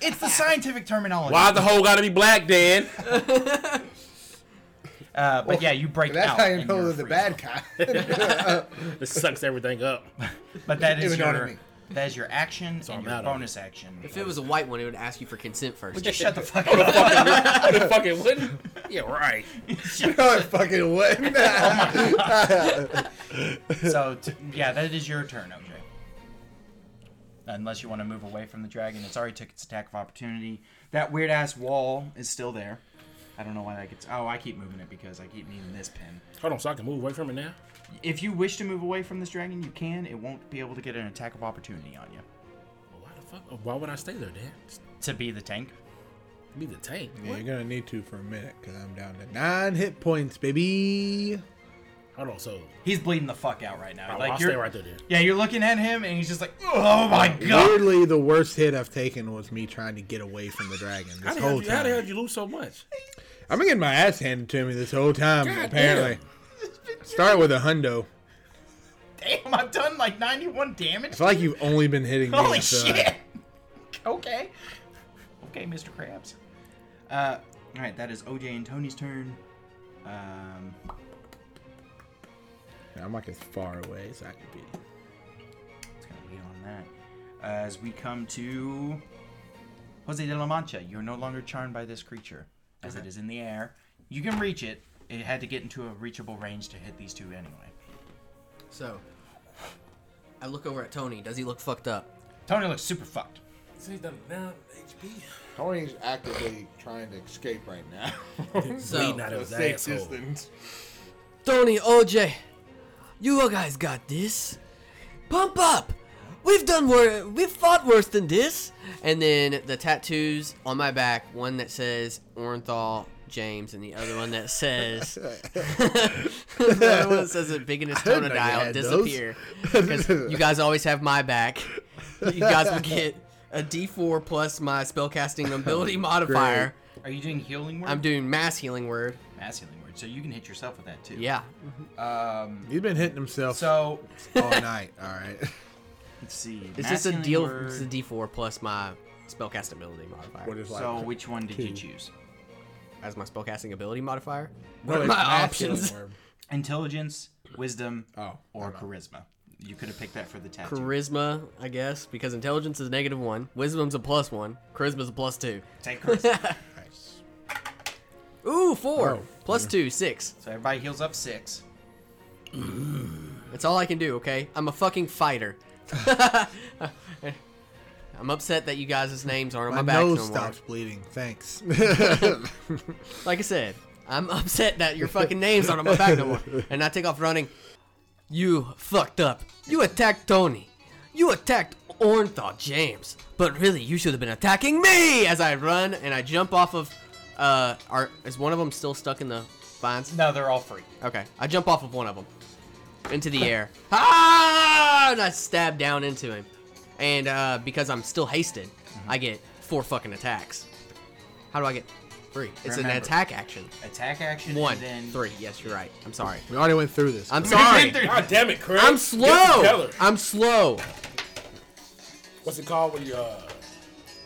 S4: it's the scientific terminology.
S5: Why the hole gotta be black, Dan?
S4: Uh, but yeah, you break
S3: That's
S4: out.
S3: how you
S4: and
S3: know
S4: you're
S3: that the
S4: free.
S3: bad guy.
S5: This sucks everything up.
S4: But that is
S3: Even on
S4: your
S3: me.
S4: that is your action and
S5: I'm
S4: your
S5: out of it.
S4: bonus action.
S2: If it was a white one, it would ask you for consent first.
S4: Just shut the fuck up.
S5: Oh, the fucking wouldn't. Yeah, right.
S3: no, it fucking wouldn't.
S4: so t- yeah, that is your turn, OJ. Unless you want to move away from the dragon, it's already took its attack of opportunity. That weird ass wall is still there. I don't know why that gets. Oh, I keep moving it because I keep needing this pin.
S5: Hold on, so I can move away from it now.
S4: If you wish to move away from this dragon, you can. It won't be able to get an attack of opportunity on you.
S5: Well, why the fuck? oh, Why would I stay there, Dan? Just
S4: To be the tank.
S5: be the tank.
S3: Yeah, you're gonna need to for a minute because I'm down to nine hit points, baby.
S5: Hold on, so
S4: He's bleeding the fuck out right now.
S5: I'll,
S4: Like
S5: I'll
S4: you're,
S5: stay right there, Dan.
S4: Yeah, you're looking at him and he's just like, oh my god.
S3: Weirdly, the worst hit I've taken was me trying to get away from the dragon
S5: How
S3: this
S5: the,
S3: whole
S5: hell, you- how the hell
S3: time.
S5: did you lose so much?
S3: I've been getting my ass handed to me this whole time.
S5: God
S3: apparently, start with a hundo.
S4: Damn, I've done like 91 damage.
S3: It's like you've only been hitting me. uh,
S4: Holy
S3: so-
S4: shit. okay. Okay, Mr. Krabs. Uh, all right, that is OJ and Tony's turn. Um,
S3: I'm like as far away as I could be.
S4: it's gonna be on that. As we come to Jose de la Mancha, you're no longer charmed by this creature, as it is in the air. You can reach it. It had to get into a reachable range to hit these two anyway.
S2: So, I look over at Tony. Does he look fucked up?
S4: Tony looks super fucked.
S5: See, he's done down HP.
S3: Tony's actively trying to escape right now.
S5: Bleeding out
S2: So,
S5: of his asshole.
S2: Tony, OJ, you guys got this. Pump up. We've done wor- we've fought worse than this. And then the tattoos on my back, one that says Orenthal James, and the other one that says the other one that says the biggest
S3: didn't know
S2: tone
S3: you
S2: dial
S3: had those.
S2: disappear. Because you guys always have my back. You guys will get a D4 plus my spellcasting ability modifier.
S4: Are you doing healing word?
S2: I'm doing mass healing word.
S4: mass healing word, so you can hit yourself with that too.
S2: Yeah.
S4: Um.
S3: He's been hitting himself
S4: So
S3: all night. All right.
S4: let's see.
S2: It's
S4: mass
S2: just a
S4: healing
S2: deal.
S4: word.
S2: It's a D4 plus my spellcast ability modifier.
S3: What is like?
S4: so which one did you choose?
S2: as my spellcasting ability modifier.
S3: what
S2: are my options?
S4: Intelligence, wisdom,
S3: Oh,
S4: or charisma. You could have picked that for the tattoo.
S2: Charisma, I guess, because intelligence is negative one, wisdom's a plus one, charisma's a plus two.
S4: Take charisma.
S3: Nice.
S2: Ooh, four
S3: Oh,
S2: Plus two, six.
S4: so everybody heals up six.
S2: That's all I can do. Okay, I'm a fucking fighter. I'm upset that you guys' names aren't
S3: My,
S2: on my, back
S3: nose
S2: no more.
S3: stops bleeding. Thanks.
S2: Like I said, I'm upset that your fucking names aren't on my back no more. And I take off running. You fucked up. You attacked Tony. You attacked Ornthal James. But really, you should have been attacking me as I run and I jump off of. Uh, are, is one of them still stuck in the vines?
S4: No, they're all free.
S2: Okay, I jump off of one of them into the air. Ah! "Ah!" and I stab down into him, and uh, because I'm still hasted, I get four fucking attacks. How do I get three? It's an
S4: Remember.
S2: attack action.
S4: Attack action.
S2: One,
S4: and then
S2: three. Yes, you're right. I'm sorry.
S3: We already went through this.
S2: I'm
S5: God
S2: sorry.
S5: damn it, Craig.
S2: I'm
S5: Get it
S2: slow.
S5: together.
S2: I'm slow.
S5: What's it called when you uh,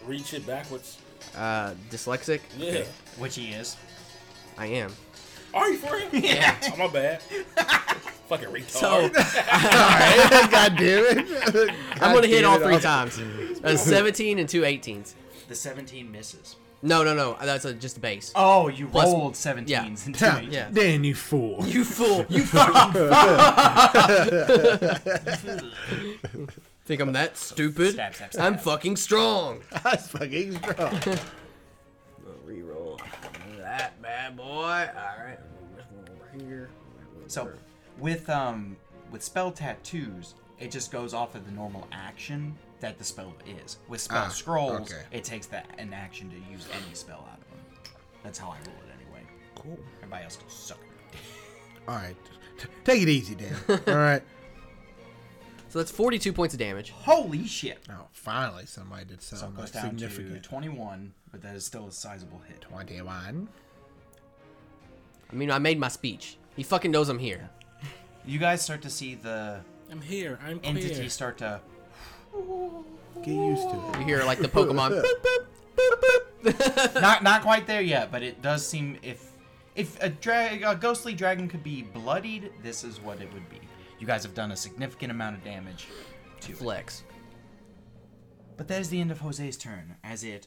S5: read shit backwards?
S2: Uh, dyslexic.
S5: Yeah.
S4: Which he is.
S2: I am.
S5: Are you for real? Yeah. Oh, my bad. Fucking retard.
S2: So
S3: God damn it.
S2: I'm gonna hit all three times. A 17 and two 18s.
S4: The 17 misses.
S2: No, no, no. That's a, just a base.
S4: Oh, you
S2: Plus-
S4: rolled 17s
S2: yeah.
S4: and two
S3: Yeah.
S4: eights.
S2: Yeah.
S3: Dan, you fool.
S2: You fool. You Think I'm that stupid?
S4: Stab, stab, stab.
S2: I'm fucking strong.
S3: That's fucking strong.
S2: Reroll that bad boy. All right. Here.
S4: So with um with spell tattoos, it just goes off of the normal action that the spell is. With spell
S3: Ah,
S4: scrolls,
S3: okay.
S4: it takes that an action to use any spell out of them. That's how I rule it anyway.
S3: Cool.
S4: Everybody else can suck. it.
S3: All right. T- Take it easy, Dan. All right.
S2: So that's 42 points of damage.
S4: Holy shit!
S3: Oh, finally somebody did
S4: So it
S3: something
S4: goes down to
S3: significant.
S4: 21, but that is still a sizable hit.
S3: 21.
S2: I mean, I made my speech. He fucking knows I'm here.
S4: You guys start to see the
S5: I'm here. I'm clear.
S4: entity start to
S3: Get used to it.
S2: You hear like the Pokemon. boop, boop, boop, boop.
S4: not not quite there yet, but it does seem if if a, drag, a ghostly dragon could be bloodied, this is what it would be. You guys have done a significant amount of damage to it.
S2: Flex.
S4: But that is the end of Jose's turn, as it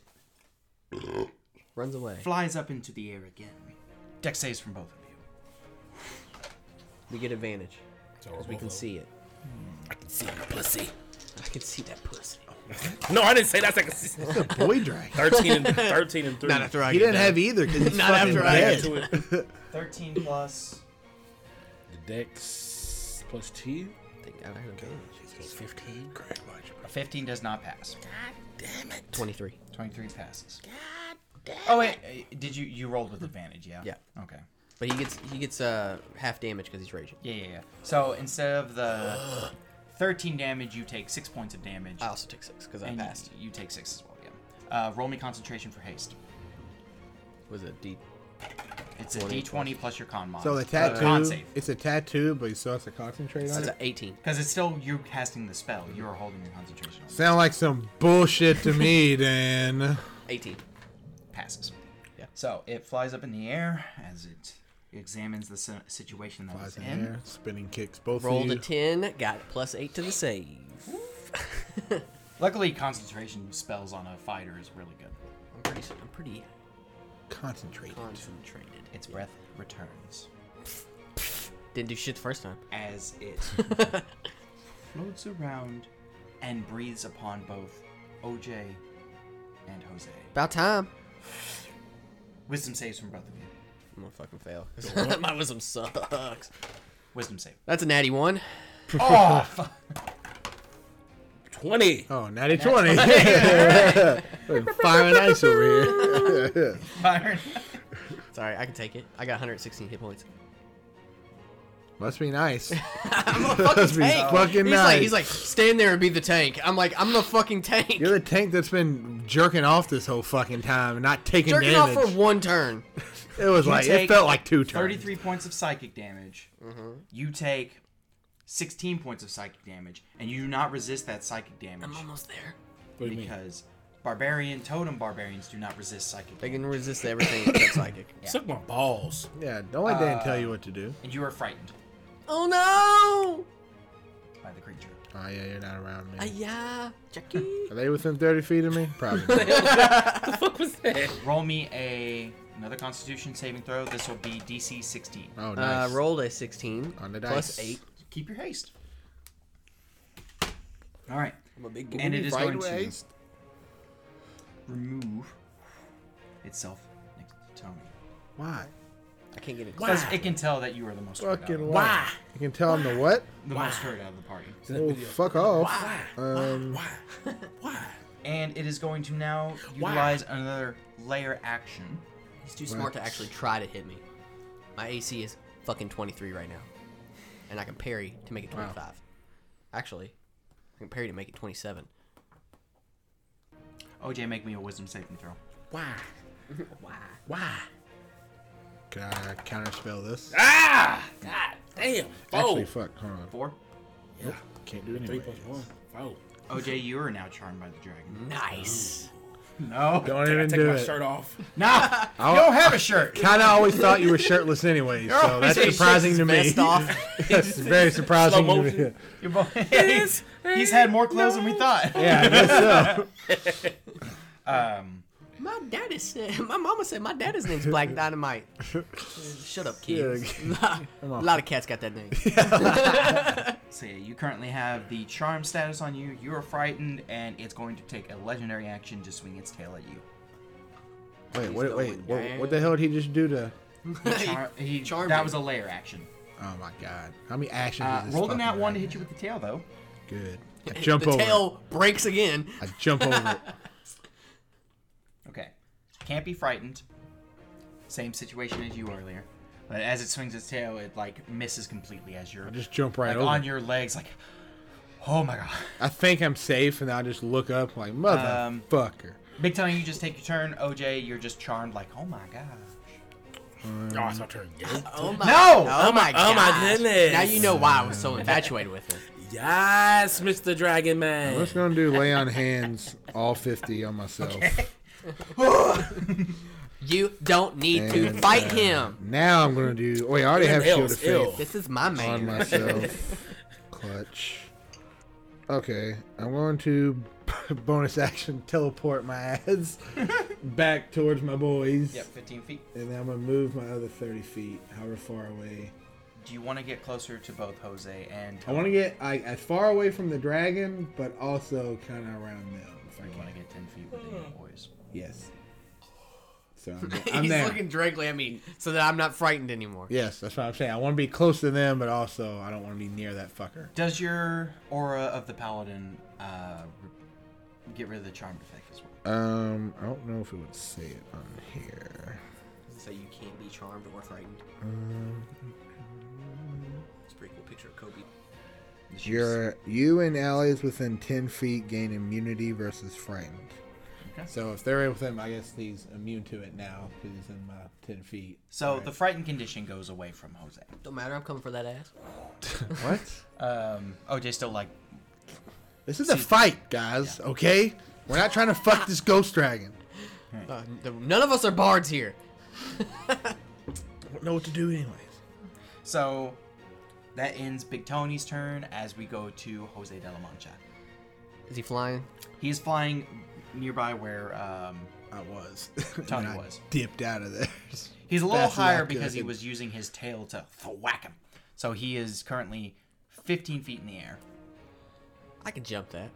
S2: Runs away.
S4: flies up into the air again. Dex saves from both of you.
S2: We get advantage.
S5: So
S2: We can see it.
S5: I can see your pussy.
S2: I can see that pussy.
S5: No, I didn't say that. I can see.
S3: Boy Drake.
S5: 13 and 13 and 3.
S2: Not after I
S3: He
S2: get
S3: didn't
S2: done.
S3: have either because he's
S2: Not
S3: fucking
S2: after I
S5: Add
S3: dead.
S5: to it. The
S4: 13 plus.
S5: dex plus 2.
S2: Thank
S3: Oh
S2: God I had advantage.
S5: 15. Great, watch.
S4: a 15 does not pass.
S2: 23.
S4: 23 passes. God damn oh, wait. uh, Did you. You rolled with advantage, yeah?
S2: Yeah.
S4: Okay.
S2: But he gets he gets uh half damage because he's raging.
S4: Yeah, yeah, yeah. So instead of the 13 damage, you take 6 points of damage.
S2: I also took six because I
S4: and you-
S2: passed.
S4: You, take 6 as well, yeah. Uh, roll me concentration for haste.
S2: Was it D?
S4: It's a
S2: 20
S4: d20 plus your con mod.
S3: So the
S4: Uh, con
S3: tattoo,
S4: save.
S3: it's a tattoo, but you still have to concentrate on
S2: That's
S3: it.
S2: an 18.
S4: Because it's still you casting the spell. You are holding your concentration. on it.
S3: Sound like some bullshit to me, Dan.
S2: 18.
S4: passes.
S2: Yeah.
S4: So it flies up in the air as it examines the si- situation that
S3: Flies
S4: it's
S3: in
S4: in.
S3: there, spinning kicks both of
S2: Rolled a
S3: you.
S2: 10. Got plus eight to the save.
S4: Luckily, concentration spells on a fighter is really good.
S2: I'm pretty. I'm pretty
S3: Concentrate.
S2: concentrated.
S4: Its breath returns
S2: Didn't do shit the first time.
S4: as it floats around and breathes upon both OJ and Jose.
S2: About time.
S4: Wisdom saves from both of you.
S2: I'm gonna fucking fail. My wisdom sucks.
S4: Wisdom save.
S2: That's a natty one.
S4: Oh, fuck.
S5: 20.
S3: Oh, natty 20. Fire and ice over here.
S4: Byron.
S2: It's alright. I can take it. I got 116 hit points.
S3: Must be nice.
S2: I'm a fucking
S3: Must be
S2: tank.
S3: fucking
S2: he's
S3: nice.
S2: like, he's like, stand there and be the tank. I'm like, I'm the fucking tank.
S3: You're the tank that's been jerking off this whole fucking time and not taking
S2: Jerking off
S3: damage.
S2: for one turn.
S3: It was
S4: You
S3: like
S4: take
S3: it felt like two turns.
S4: 33 points of psychic damage. You take 16 points of psychic damage, and you do not resist that psychic damage
S2: I'm almost there.
S5: What do you mean?
S4: because barbarian totem barbarians do not resist psychic
S2: They
S4: damage,
S2: can resist everything except psychic.
S5: Suck my balls.
S3: Yeah, don't let Dan tell you what to do.
S4: and you are frightened
S2: Oh no!
S4: by the creature.
S3: Oh yeah, you're not around me.
S2: Aya, Jackie.
S3: Are they within 30 feet of me? Probably. not.
S4: Roll me a another Constitution saving throw. This will be DC 16.
S3: Oh
S2: Uh,
S3: nice.
S2: rolled a 16
S3: On the
S2: plus
S3: dice.
S2: eight.
S4: Keep your haste. All right,
S2: I'm a big
S4: and it is
S3: right
S4: going
S3: waist.
S4: to remove itself next to Tony
S3: Why?
S2: I can't get it.
S4: because it can tell that you are the most hurt out of
S3: Fucking
S4: the-
S3: why? You can tell him the what?
S4: the most hurt out of the party.
S3: Oh, fuck off. Um,
S4: and it is going to now utilize another layer action.
S2: He's too smart to actually try to hit me. My AC is fucking 23 right now, and I can parry to make it 25. Actually, I can parry to make it 27.
S4: OJ, make me a wisdom saving throw.
S3: Why? Why? Why? Can I counterspell this?
S5: Ah! God damn.
S3: Actually,
S5: Oh.
S3: fuck. Hold on.
S4: Four.
S5: Yeah.
S3: Can't do it
S5: Three
S3: anyway.
S5: plus one. Oh.
S4: OJ, you are now charmed by the dragon.
S2: Nice.
S4: No.
S3: Don't
S5: I
S3: even
S5: take
S3: do
S5: my
S3: it.
S5: shirt off.
S4: No. you don't Oh, have a shirt.
S3: Kind of always thought you were shirtless anyway, so
S4: always
S3: that's surprising to me.
S2: Best off.
S3: that's very surprising
S5: Slow
S3: to me.
S5: motion.
S4: You're bo- he's, he's had more clothes than we thought.
S3: Yeah, I guess so.
S4: Um,
S2: My daddy said, my mama said my daddy's name's Black Dynamite. Shut up, kids. a lot of cats got that name.
S4: so yeah, you currently have the charm status on you. You are frightened, and it's going to take a legendary action to swing its tail at you.
S3: Wait, wait, wait.
S2: going
S3: What, what the hell did he just do to?
S4: Char- he,
S2: Charming.
S4: that was a layer action.
S3: Oh my god. How many actions?
S4: Uh,
S3: is this
S4: rolled a nat
S3: fucking
S4: one to
S3: dragon?
S4: hit you with the tail, though.
S3: Good. I jump
S2: the
S3: over.
S2: tail breaks again.
S3: it. I jump over. it.
S4: Okay. Can't be frightened. Same situation as you earlier. But as it swings its tail, it like misses completely as you're
S3: I just jump right
S4: like,
S3: over.
S4: on your legs, like, oh my god.
S3: I think I'm safe, and I just look up like motherfucker.
S4: Big time, you just take your turn. OJ, you're just charmed, like, oh my god.
S5: Oh, it's my turn. Yeah.
S2: Oh my,
S4: No!
S2: Oh my,
S5: oh my
S2: gosh.
S5: goodness.
S2: Now you know why I was so infatuated with it.
S5: Yes, Mr. Dragon Man.
S3: I'm just gonna do lay on hands all 50 on myself.
S2: You don't need to
S3: And,
S2: fight
S3: uh,
S2: him.
S3: Now I'm gonna do. Wait, I already have
S5: Ew,
S3: shield of
S5: ew.
S3: faith.
S2: This is my
S3: on
S2: man.
S3: myself. Clutch. Okay, I'm going to bonus action teleport my ass back towards my boys.
S4: Yep, 15 feet.
S3: And then I'm gonna move my other 30 feet, however far away.
S4: Do you want to get closer to both Jose and
S3: I want to get I, as far away from the dragon, but also kind of around them if I
S4: You want
S3: can.
S4: to get 10 feet with the unit boys.
S3: Yes. So I'm, I'm
S2: He's
S3: there.
S2: looking directly at me so that I'm not frightened anymore.
S3: Yes, that's what I'm saying. I want to be close to them, but also I don't want to be near that fucker.
S4: Does your aura of the paladin uh, re- get rid of the charmed effect as well?
S3: Um, I don't know if it would say it on here.
S2: So you can't be charmed or frightened.
S3: Uh,
S2: It's a pretty cool picture of Kobe.
S3: Your you and allies within ten feet gain immunity versus frightened.
S4: Okay.
S3: So if they're with him, I guess he's immune to it now because he's in my ten feet.
S4: So the frightened condition goes away from Jose.
S2: Don't matter, I'm coming for that ass.
S3: What?
S4: Um, OJ still like
S3: This is a fight, guys. Okay, we're not trying to fuck this ghost dragon.
S2: Uh, the- none of us are bards here.
S3: Don't know what to do, anyways.
S4: So that ends Big Tony's turn as we go to Jose de la Mancha.
S2: Is he flying?
S4: He is flying nearby where um,
S3: I was.
S4: Tony
S3: And I
S4: was.
S3: dipped out of there.
S4: he's a little
S3: Fast as I
S4: higher because he
S3: could.
S4: was using his tail to thwack him. So he is currently 15 feet in the air.
S2: I can jump that.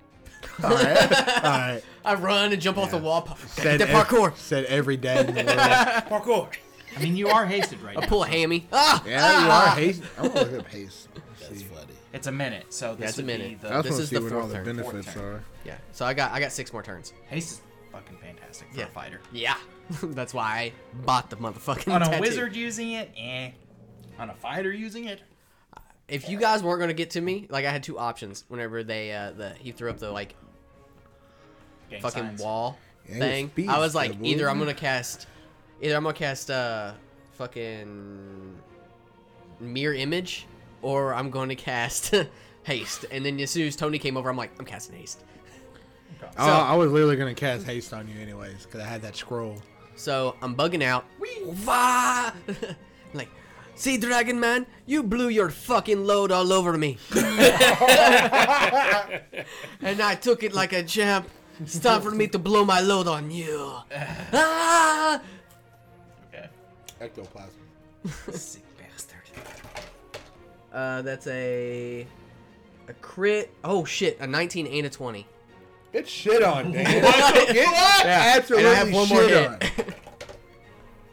S3: All right. All right.
S2: I run and jump off the wall. pa- Get that
S3: ev-
S2: parkour.
S3: said every day. In the world.
S5: Parkour.
S4: I mean, you are hasted right now.
S2: Pull a hammy. Ah!
S3: yeah, you are haste. I'm gonna look up haste.
S5: That's funny.
S4: It's a minute, so this
S2: it's a
S4: would
S2: minute.
S4: be
S3: I
S4: the
S2: This
S3: just want to
S2: is
S3: see
S2: the
S3: what all
S2: fourth
S3: the
S2: turn,
S4: fourth
S3: benefits
S4: turn.
S3: are.
S2: Yeah. So I got I got six more turns.
S4: haste is fucking fantastic for
S2: Yeah.
S4: a fighter.
S2: Yeah. That's why I bought the motherfucking
S4: On a
S2: tattoo.
S4: wizard using it, eh. On a fighter using it,
S2: If you guys weren't gonna get to me, like I had two options. Whenever they uh the he threw up the like
S4: gang
S2: fucking
S4: signs.
S2: wall
S3: Yeah,
S2: thing,
S3: it's beast,
S2: I was like
S3: double.
S2: either I'm gonna cast, either I'm gonna cast uh fucking mirror image, or I'm going to cast haste. And then as soon as Tony came over, I'm like I'm casting haste.
S3: Oh, I was literally gonna cast haste on you anyways because I had that scroll.
S2: So I'm bugging out. Wah! like, see, Dragon Man, you blew your fucking load all over me. and I took it like a champ. It's time for me to blow my load on you. ah!
S4: Okay.
S3: Ectoplasm.
S4: Sick bastard.
S2: Uh, that's a a crit. Oh shit, a 19 and a 20.
S3: Get shit on, Dan. Get absolutely
S2: and I have one more
S3: shit
S2: hit.
S3: on.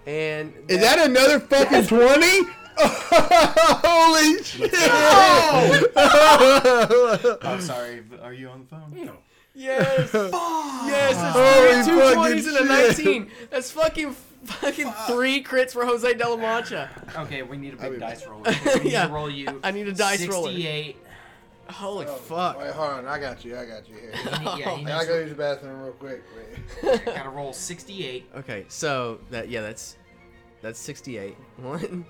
S2: and
S3: Is that another fucking twenty? Holy shit!
S4: I'm Oh, sorry, but are you on the phone? No.
S2: yes,
S3: Holy
S2: yes, it's three two
S3: fucking
S2: twenties and a
S3: shit.
S2: 19. That's fucking fucking three crits for Jose De La Mancha.
S4: Okay, we need a big
S3: mean-
S4: dice roll. We need
S2: Yeah,
S4: to roll you.
S2: I need a dice roller.
S4: 68
S2: Holy
S3: Oh,
S2: fuck.
S3: Wait, hold on. I got you. I got you here.
S4: yeah, he
S3: I gotta
S4: needs
S3: go use the bathroom real quick. Wait.
S4: to, gotta roll 68.
S2: Okay, so that yeah, that's that's 68. One,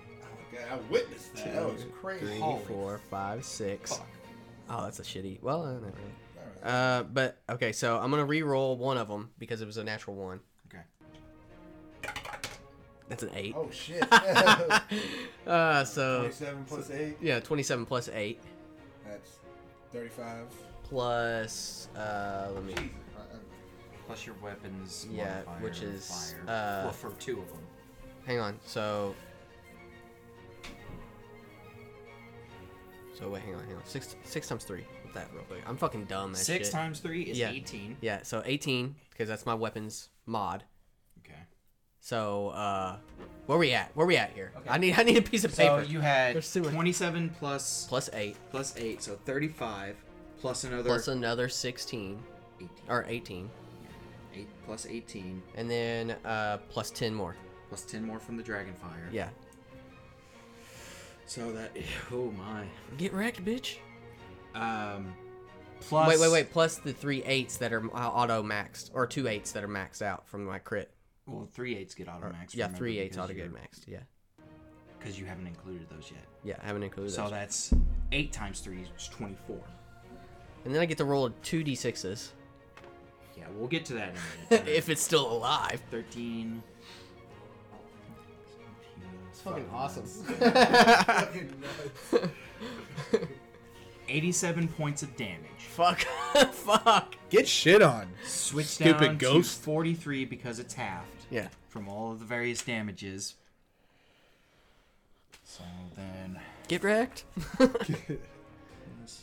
S3: Okay, I witnessed that. That was crazy.
S2: three,
S4: Holy
S2: four, five, six.
S4: fuck.
S2: Oh, that's a shitty. Well, uh, not really. Uh, but okay, so I'm gonna re-roll one of them because it was a natural one.
S4: Okay.
S2: That's an eight.
S3: Oh shit.
S2: Uh, so
S3: Oh. Twenty-seven plus eight.
S2: yeah, 27 plus eight
S3: That's thirty-five.
S2: plus uh, let me.
S4: Plus your weapons.
S2: Yeah,
S4: modifier
S2: which
S4: and
S2: is,
S4: Fire.
S2: uh,
S4: well, for two of them.
S2: Hang on. So. So wait, hang on, hang on. Six, six times three. With that real quick. I'm fucking dumb. That
S4: Six
S2: shit.
S4: times three is
S2: Yeah.
S4: 18.
S2: Yeah. So 18 because that's my weapons mod.
S4: Okay.
S2: So uh, where we at? Where we at here? I need I need a piece of
S4: So
S2: paper.
S4: you had
S2: There's two-
S4: 27 plus,
S2: Plus eight.
S4: plus 8, so 35, plus another
S2: Plus another 16
S4: 18,
S2: or 18,
S4: eight, plus 18,
S2: and then uh, plus 10 more.
S4: plus 10 more from the dragon fire.
S2: Yeah.
S4: So that, oh my.
S2: Get wrecked, bitch.
S4: Um, plus.
S2: wait, wait, wait. Plus the three eights that are auto maxed, or two eights that are maxed out from my crit.
S4: Well, three eights get auto
S2: Or-
S4: max.
S2: Uh, yeah, three eights auto get maxed. Yeah.
S4: Because you haven't included those yet.
S2: Yeah, I haven't included
S4: So
S2: those.
S4: that's eight times three is 24.
S2: And then I get to roll two d6s.
S4: Yeah, we'll get to that in a minute.
S2: if it's still alive.
S4: 13.
S2: It's fucking awesome.
S4: 87 points of damage.
S2: Fuck. Fuck.
S3: Get shit on.
S4: Switch down
S3: Stupid ghost.
S4: to 43 because it's halved
S2: Yeah.
S4: from all of the various damages. So then,
S2: Get wrecked. I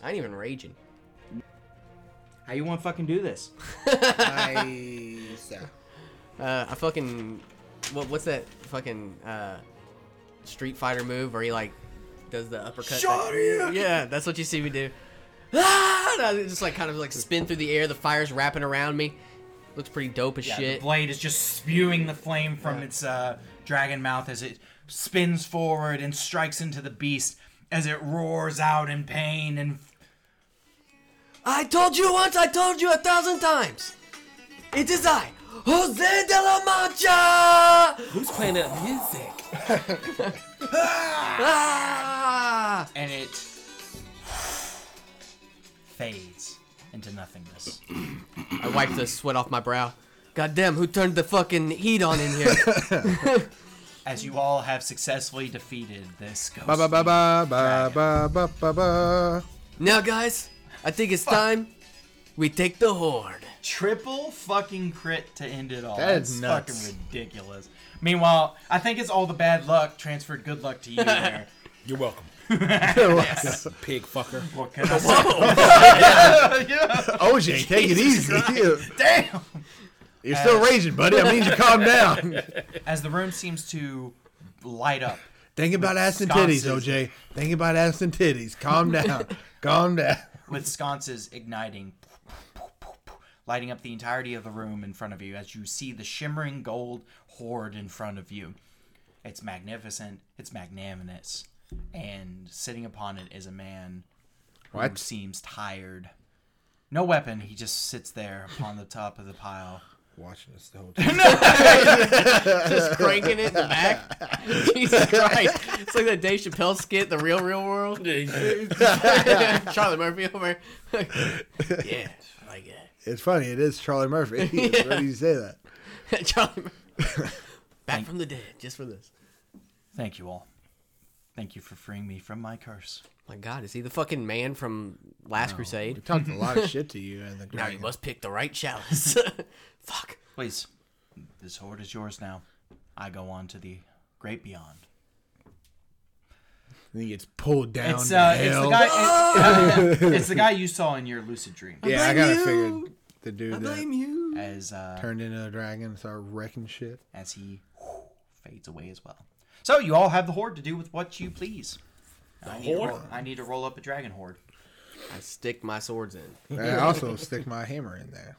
S2: ain't even raging.
S4: how you want to fucking do this?
S3: Nice.
S2: Uh, I fucking. What, what's that fucking uh, Street Fighter move where he like does the uppercut? Shot Yeah, that's what you see me do. Ah! And I just like kind of like spin through the air. The fire's wrapping around me. Looks pretty dope as
S4: Yeah,
S2: shit.
S4: The blade is just spewing the flame from its uh, dragon mouth as it spins forward and strikes into the beast as it roars out in pain and
S2: I told you once, I told you a thousand times. It is I, Jose de la Mancha!
S5: Who's playing that music?
S2: Ah!
S4: and it fades into nothingness.
S2: I wiped the sweat off my brow. Goddamn, who turned the fucking heat on in here?
S4: As you all have successfully defeated this ghost.
S3: Ba ba ba ba ba ba ba ba ba.
S2: now, guys, I think it's time we take the horde.
S4: Triple fucking crit to end it all.
S3: That
S4: That's
S3: is nuts.
S4: fucking ridiculous. Meanwhile, I think it's all the bad luck transferred good luck to you there.
S5: You're welcome. Pig fucker.
S4: What can I say?
S3: OJ, take it easy.
S4: Damn!
S3: You're still raging, buddy. I need you to calm down.
S4: As the room seems to light up.
S3: Think about ass and
S4: Sconces.
S3: titties, OJ. Think about ass and titties. Calm down. calm down.
S4: with sconces igniting, lighting up the entirety of the room in front of you as you see the shimmering gold hoard in front of you. It's magnificent, it's magnanimous, and sitting upon it is a man who
S3: What?
S4: seems tired. No weapon, he just sits there upon the top of the pile.
S3: Watching this the whole time.
S2: Just cranking it in the back. Jesus Christ. It's like that Dave Chappelle skit, The Real Real World. Charlie Murphy over. yeah, like that.
S3: It's funny. It is Charlie Murphy. Why do you say that?
S2: Charlie Murphy. Back from the dead, just for this.
S4: Thank you all. Thank you for freeing me from my curse.
S2: My God, is he the fucking man from Last Crusade?
S3: Talked a lot of shit to you and the
S2: Now
S3: dragon.
S2: you must pick the right chalice. Fuck.
S4: Please, this hoard is yours now. I go on to the great beyond.
S3: Then he gets pulled down.
S4: It's
S3: to
S4: uh, it's the
S3: hell.
S4: guy. It, it's the guy you saw in your lucid dream.
S3: Yeah, I
S2: blame
S3: gotta
S2: you.
S3: figure the dude that
S2: you.
S4: As uh,
S3: turned into a dragon and started wrecking shit.
S4: as he fades away as well. So you all have the horde to do with what you please. I need, to
S5: horde?
S4: roll- I need to roll up a dragon horde.
S2: I stick my swords in.
S3: I also stick my hammer in there.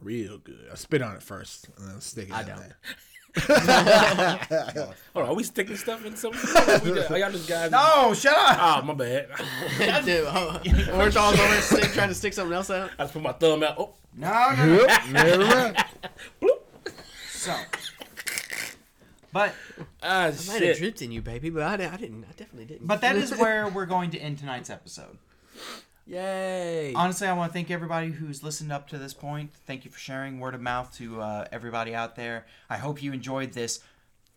S3: Real good. I spit on it first and then stick it
S2: I
S3: in
S2: don't.
S3: there.
S5: Hold on, are we sticking stuff in some? Are we good? I got this guy.
S4: No, shut up.
S5: Oh, my bad.
S2: Dude, oh, Orange Dog's over there stick, trying to stick something else out.
S5: I just put my thumb out. Oh,
S4: No, no, no.
S3: Yep, never mind.
S4: So, but
S5: ah,
S2: Might have
S5: shit.
S2: dripped in you, baby, but I, di- I didn't. I definitely didn't.
S4: but that is where we're going to end tonight's episode.
S2: Yay!
S4: Honestly, I want to thank everybody who's listened up to this point. Thank you for sharing word of mouth to uh, everybody out there. I hope you enjoyed this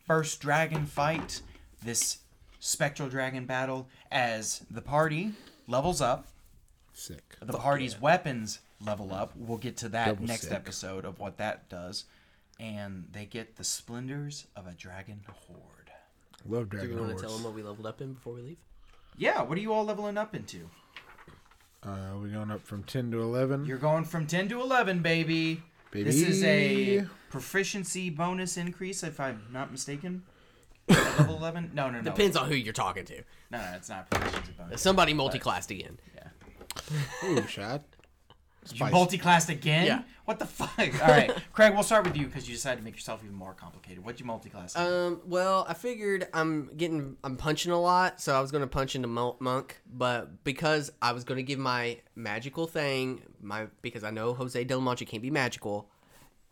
S4: first dragon fight, this spectral dragon battle, as the party levels up,
S3: Sick.
S4: the party's weapons level up. We'll get to that
S3: Double
S4: next
S3: sick.
S4: episode of what that does. And they get the splendors of a dragon horde.
S3: Love
S2: Do we
S3: Dragon
S2: want
S3: Horse.
S2: to tell them what we leveled up in before we leave?
S4: Yeah, what are you all leveling up into?
S3: Uh, we're going up from 10 to 11.
S4: You're going from 10 to 11, baby. This is a
S3: Baby.
S4: proficiency bonus increase, if I'm not mistaken. At level 11? No, no, no.
S2: Depends on who you're talking to.
S4: No, no, it's not proficiency bonus.
S2: Somebody multi-classed again.
S3: Ooh, shot.
S4: You multi-classed again?
S2: Yeah.
S4: What the fuck? All right, Craig, we'll start with you because you decided to make yourself even more complicated. What'd you multi-class? in?
S2: Um, well, I figured I'm getting, I'm punching a lot, so I was gonna punch into Mon- Monk, but because I was gonna give my magical thing, my because I know Jose Del Monte can't be magical,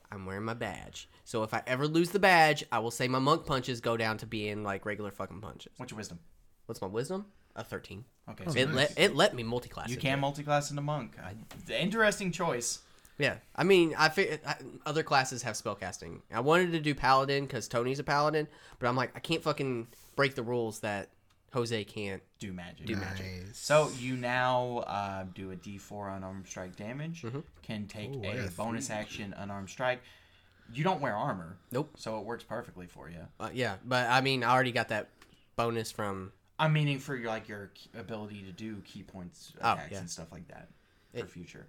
S2: I'm wearing my badge. So if I ever lose the badge, I will say my Monk punches go down to being like regular fucking punches.
S4: What's your wisdom?
S2: What's my wisdom? A thirteen.
S4: Okay, so
S2: It let it let me multi-class.
S4: Oh, you
S2: it.
S4: can multi-class into monk. I, interesting choice.
S2: Yeah, I mean, I, fi- I other classes have spellcasting. I wanted to do paladin because Tony's a paladin, but I'm like, I can't fucking break the rules that Jose can't.
S4: Do magic.
S2: Do magic.
S4: So you now uh, do a D4 unarmed strike damage.
S2: Mm-hmm.
S4: Can take a bonus action unarmed strike. You don't wear armor.
S2: Nope.
S4: So it works perfectly for you.
S2: Uh, yeah, but I mean, I already got that bonus from.
S4: I'm meaning for your like your k- ability to do key points
S2: Oh,
S4: attacks
S2: yeah.
S4: and stuff like that for future.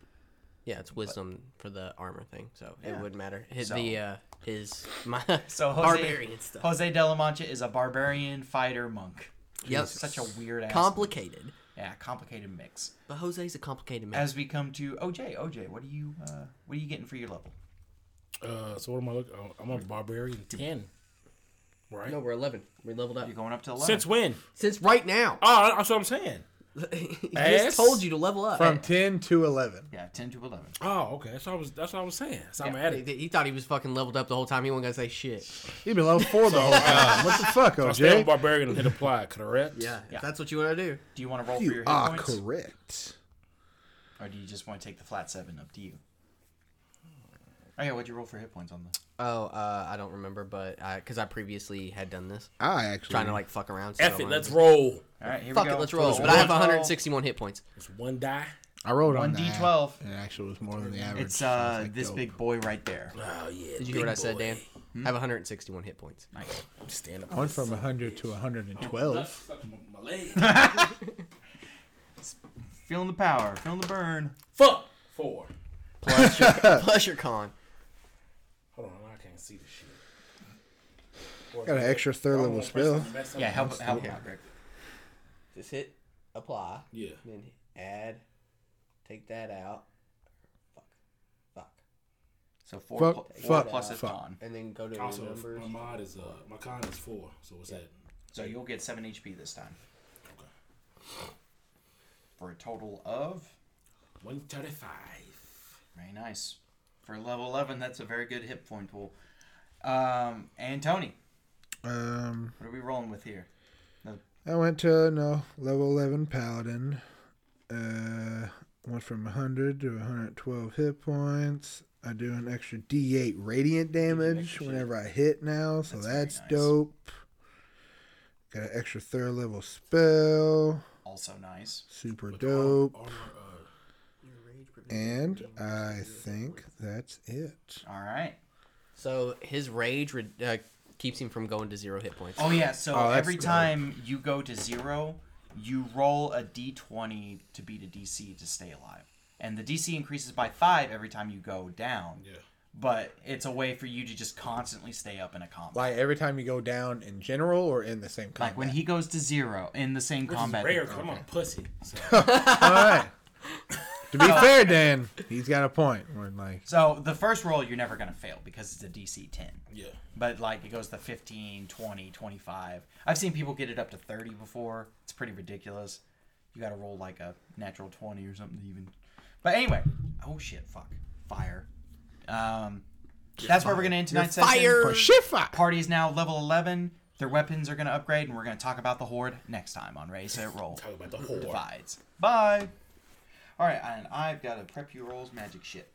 S2: Yeah, it's wisdom for the armor thing, so it wouldn't matter. His
S4: So-
S2: the uh, his my
S4: So Jose,
S2: barbarian stuff.
S4: Jose de la Mancha is a barbarian fighter monk.
S2: Yep.
S4: Such a weird ass
S2: complicated,
S4: yeah complicated mix.
S2: but Jose's a complicated man.
S4: As we come to OJ, OJ, what are you uh, what are you getting for your level?
S5: Uh, so what am I looking? Oh, I'm a barbarian ten. Right.
S2: no, we're eleven. We leveled up
S4: You're going up to eleven.
S5: Since when?
S2: since right now.
S5: Oh, that's what I'm saying.
S2: he
S5: Ass.
S2: just told you to level up.
S3: From 10 to 11.
S4: yeah, ten to eleven.
S5: Oh, okay. That's what I was. That's what I was saying. So I'm
S2: He,
S5: at it.
S2: he thought he was fucking leveled up the whole time. He wasn't gonna say shit.
S3: You've been level 4 the whole
S4: uh,
S3: time. What the fuck,
S5: I stay on
S3: OJ?
S5: barbarian and hit apply. Correct.
S2: Yeah, if that's what you want to do.
S4: Do you want to roll for
S3: You
S4: your hit
S3: are
S4: points,
S3: correct.
S4: or do you just want to take the flat seven? Up to you. Oh yeah, what'd you roll for hit points on the?
S2: Oh, uh, I don't remember, but because I, previously had done this,
S3: I actually.
S2: trying to like fuck around. So
S5: Mm-hmm. F
S2: I
S5: it.
S2: wanted
S5: Let's
S2: to-
S5: roll.
S4: All right, here
S2: Fuck
S4: we go.
S2: it, let's roll.
S5: Let's
S2: But I have
S5: roll.
S2: 161 hit points.
S5: It's one die.
S3: I rolled
S4: One
S3: on that,
S4: D12.
S3: And it actually was more than the average.
S4: It's
S3: so I was
S4: uh
S3: like,
S4: this
S3: dope.
S4: big boy right there.
S5: Oh yeah.
S2: Did you hear what I said, Dan?
S5: Hmm?
S2: I have 161 hit points.
S5: Stand up.
S2: Oh,
S3: Went from 100 to 112.
S5: My leg.
S4: Feeling the power, feeling the burn.
S5: Fuck. Four.
S2: Plus your, plus your con.
S5: Hold on. I can't see this shit.
S3: Got an extra third level spell.
S4: Yeah, help, help him out, Greg.
S2: Just hit apply.
S5: Yeah.
S2: Then add. Take that out. Fuck. Fuck.
S4: So four,
S3: Fuck,
S4: pl- four
S3: fuck,
S4: plus a
S3: fuck.
S4: con.
S2: And then go to
S5: Also, my mod is uh, my con is four. So what's that?
S4: So you'll get seven HP this time. For a total of
S5: One thirty-five.
S4: very nice. For level eleven, that's a very good hit point pool. Um, and Tony,
S3: Um,
S4: what are we rolling with here?
S3: I went to, no, level 11 Paladin. Uh, went from 100 to 112 hit points. I do an extra D8 radiant damage whenever I hit now, so that's,
S4: nice.
S3: dope. Got an extra third level spell.
S4: Also nice.
S3: Super dope.
S5: Armor. Uh,
S3: And I think that's it.
S4: All right.
S2: So his rage re- uh, keeps him from going to zero hit points.
S4: Oh yeah. So
S3: Oh, that's
S4: every
S3: good.
S4: time you go to zero, you roll a d20 to beat a DC to stay alive, and the DC increases by five every time you go down.
S5: Yeah.
S4: But it's a way for you to just constantly stay up in a combat. Like,
S3: Like every time you go down in general or in the same combat?
S4: when he goes to zero in the same
S5: Which
S4: combat.
S5: is rare. Come on, pussy. So,
S3: All right. To be fair, Dan, he's got a point. We're like,
S4: So the first roll you're never going to fail because it's a DC 10.
S5: Yeah.
S4: But like it goes to 15, 20, 25. I've seen people get it up to 30 before. It's pretty ridiculous. You got to roll like a natural 20 or something to even. But anyway, oh shit, fuck. Fire. Um that's where we're going to end tonight's session.
S2: fired.
S3: for shit fuck.
S4: Party is now level 11. Their weapons are going to upgrade and we're going to talk about the horde next time on Raise It Roll.
S5: Talk about the whore.
S4: Divides. Bye. All right, and I've got to prep you rolls magic shit.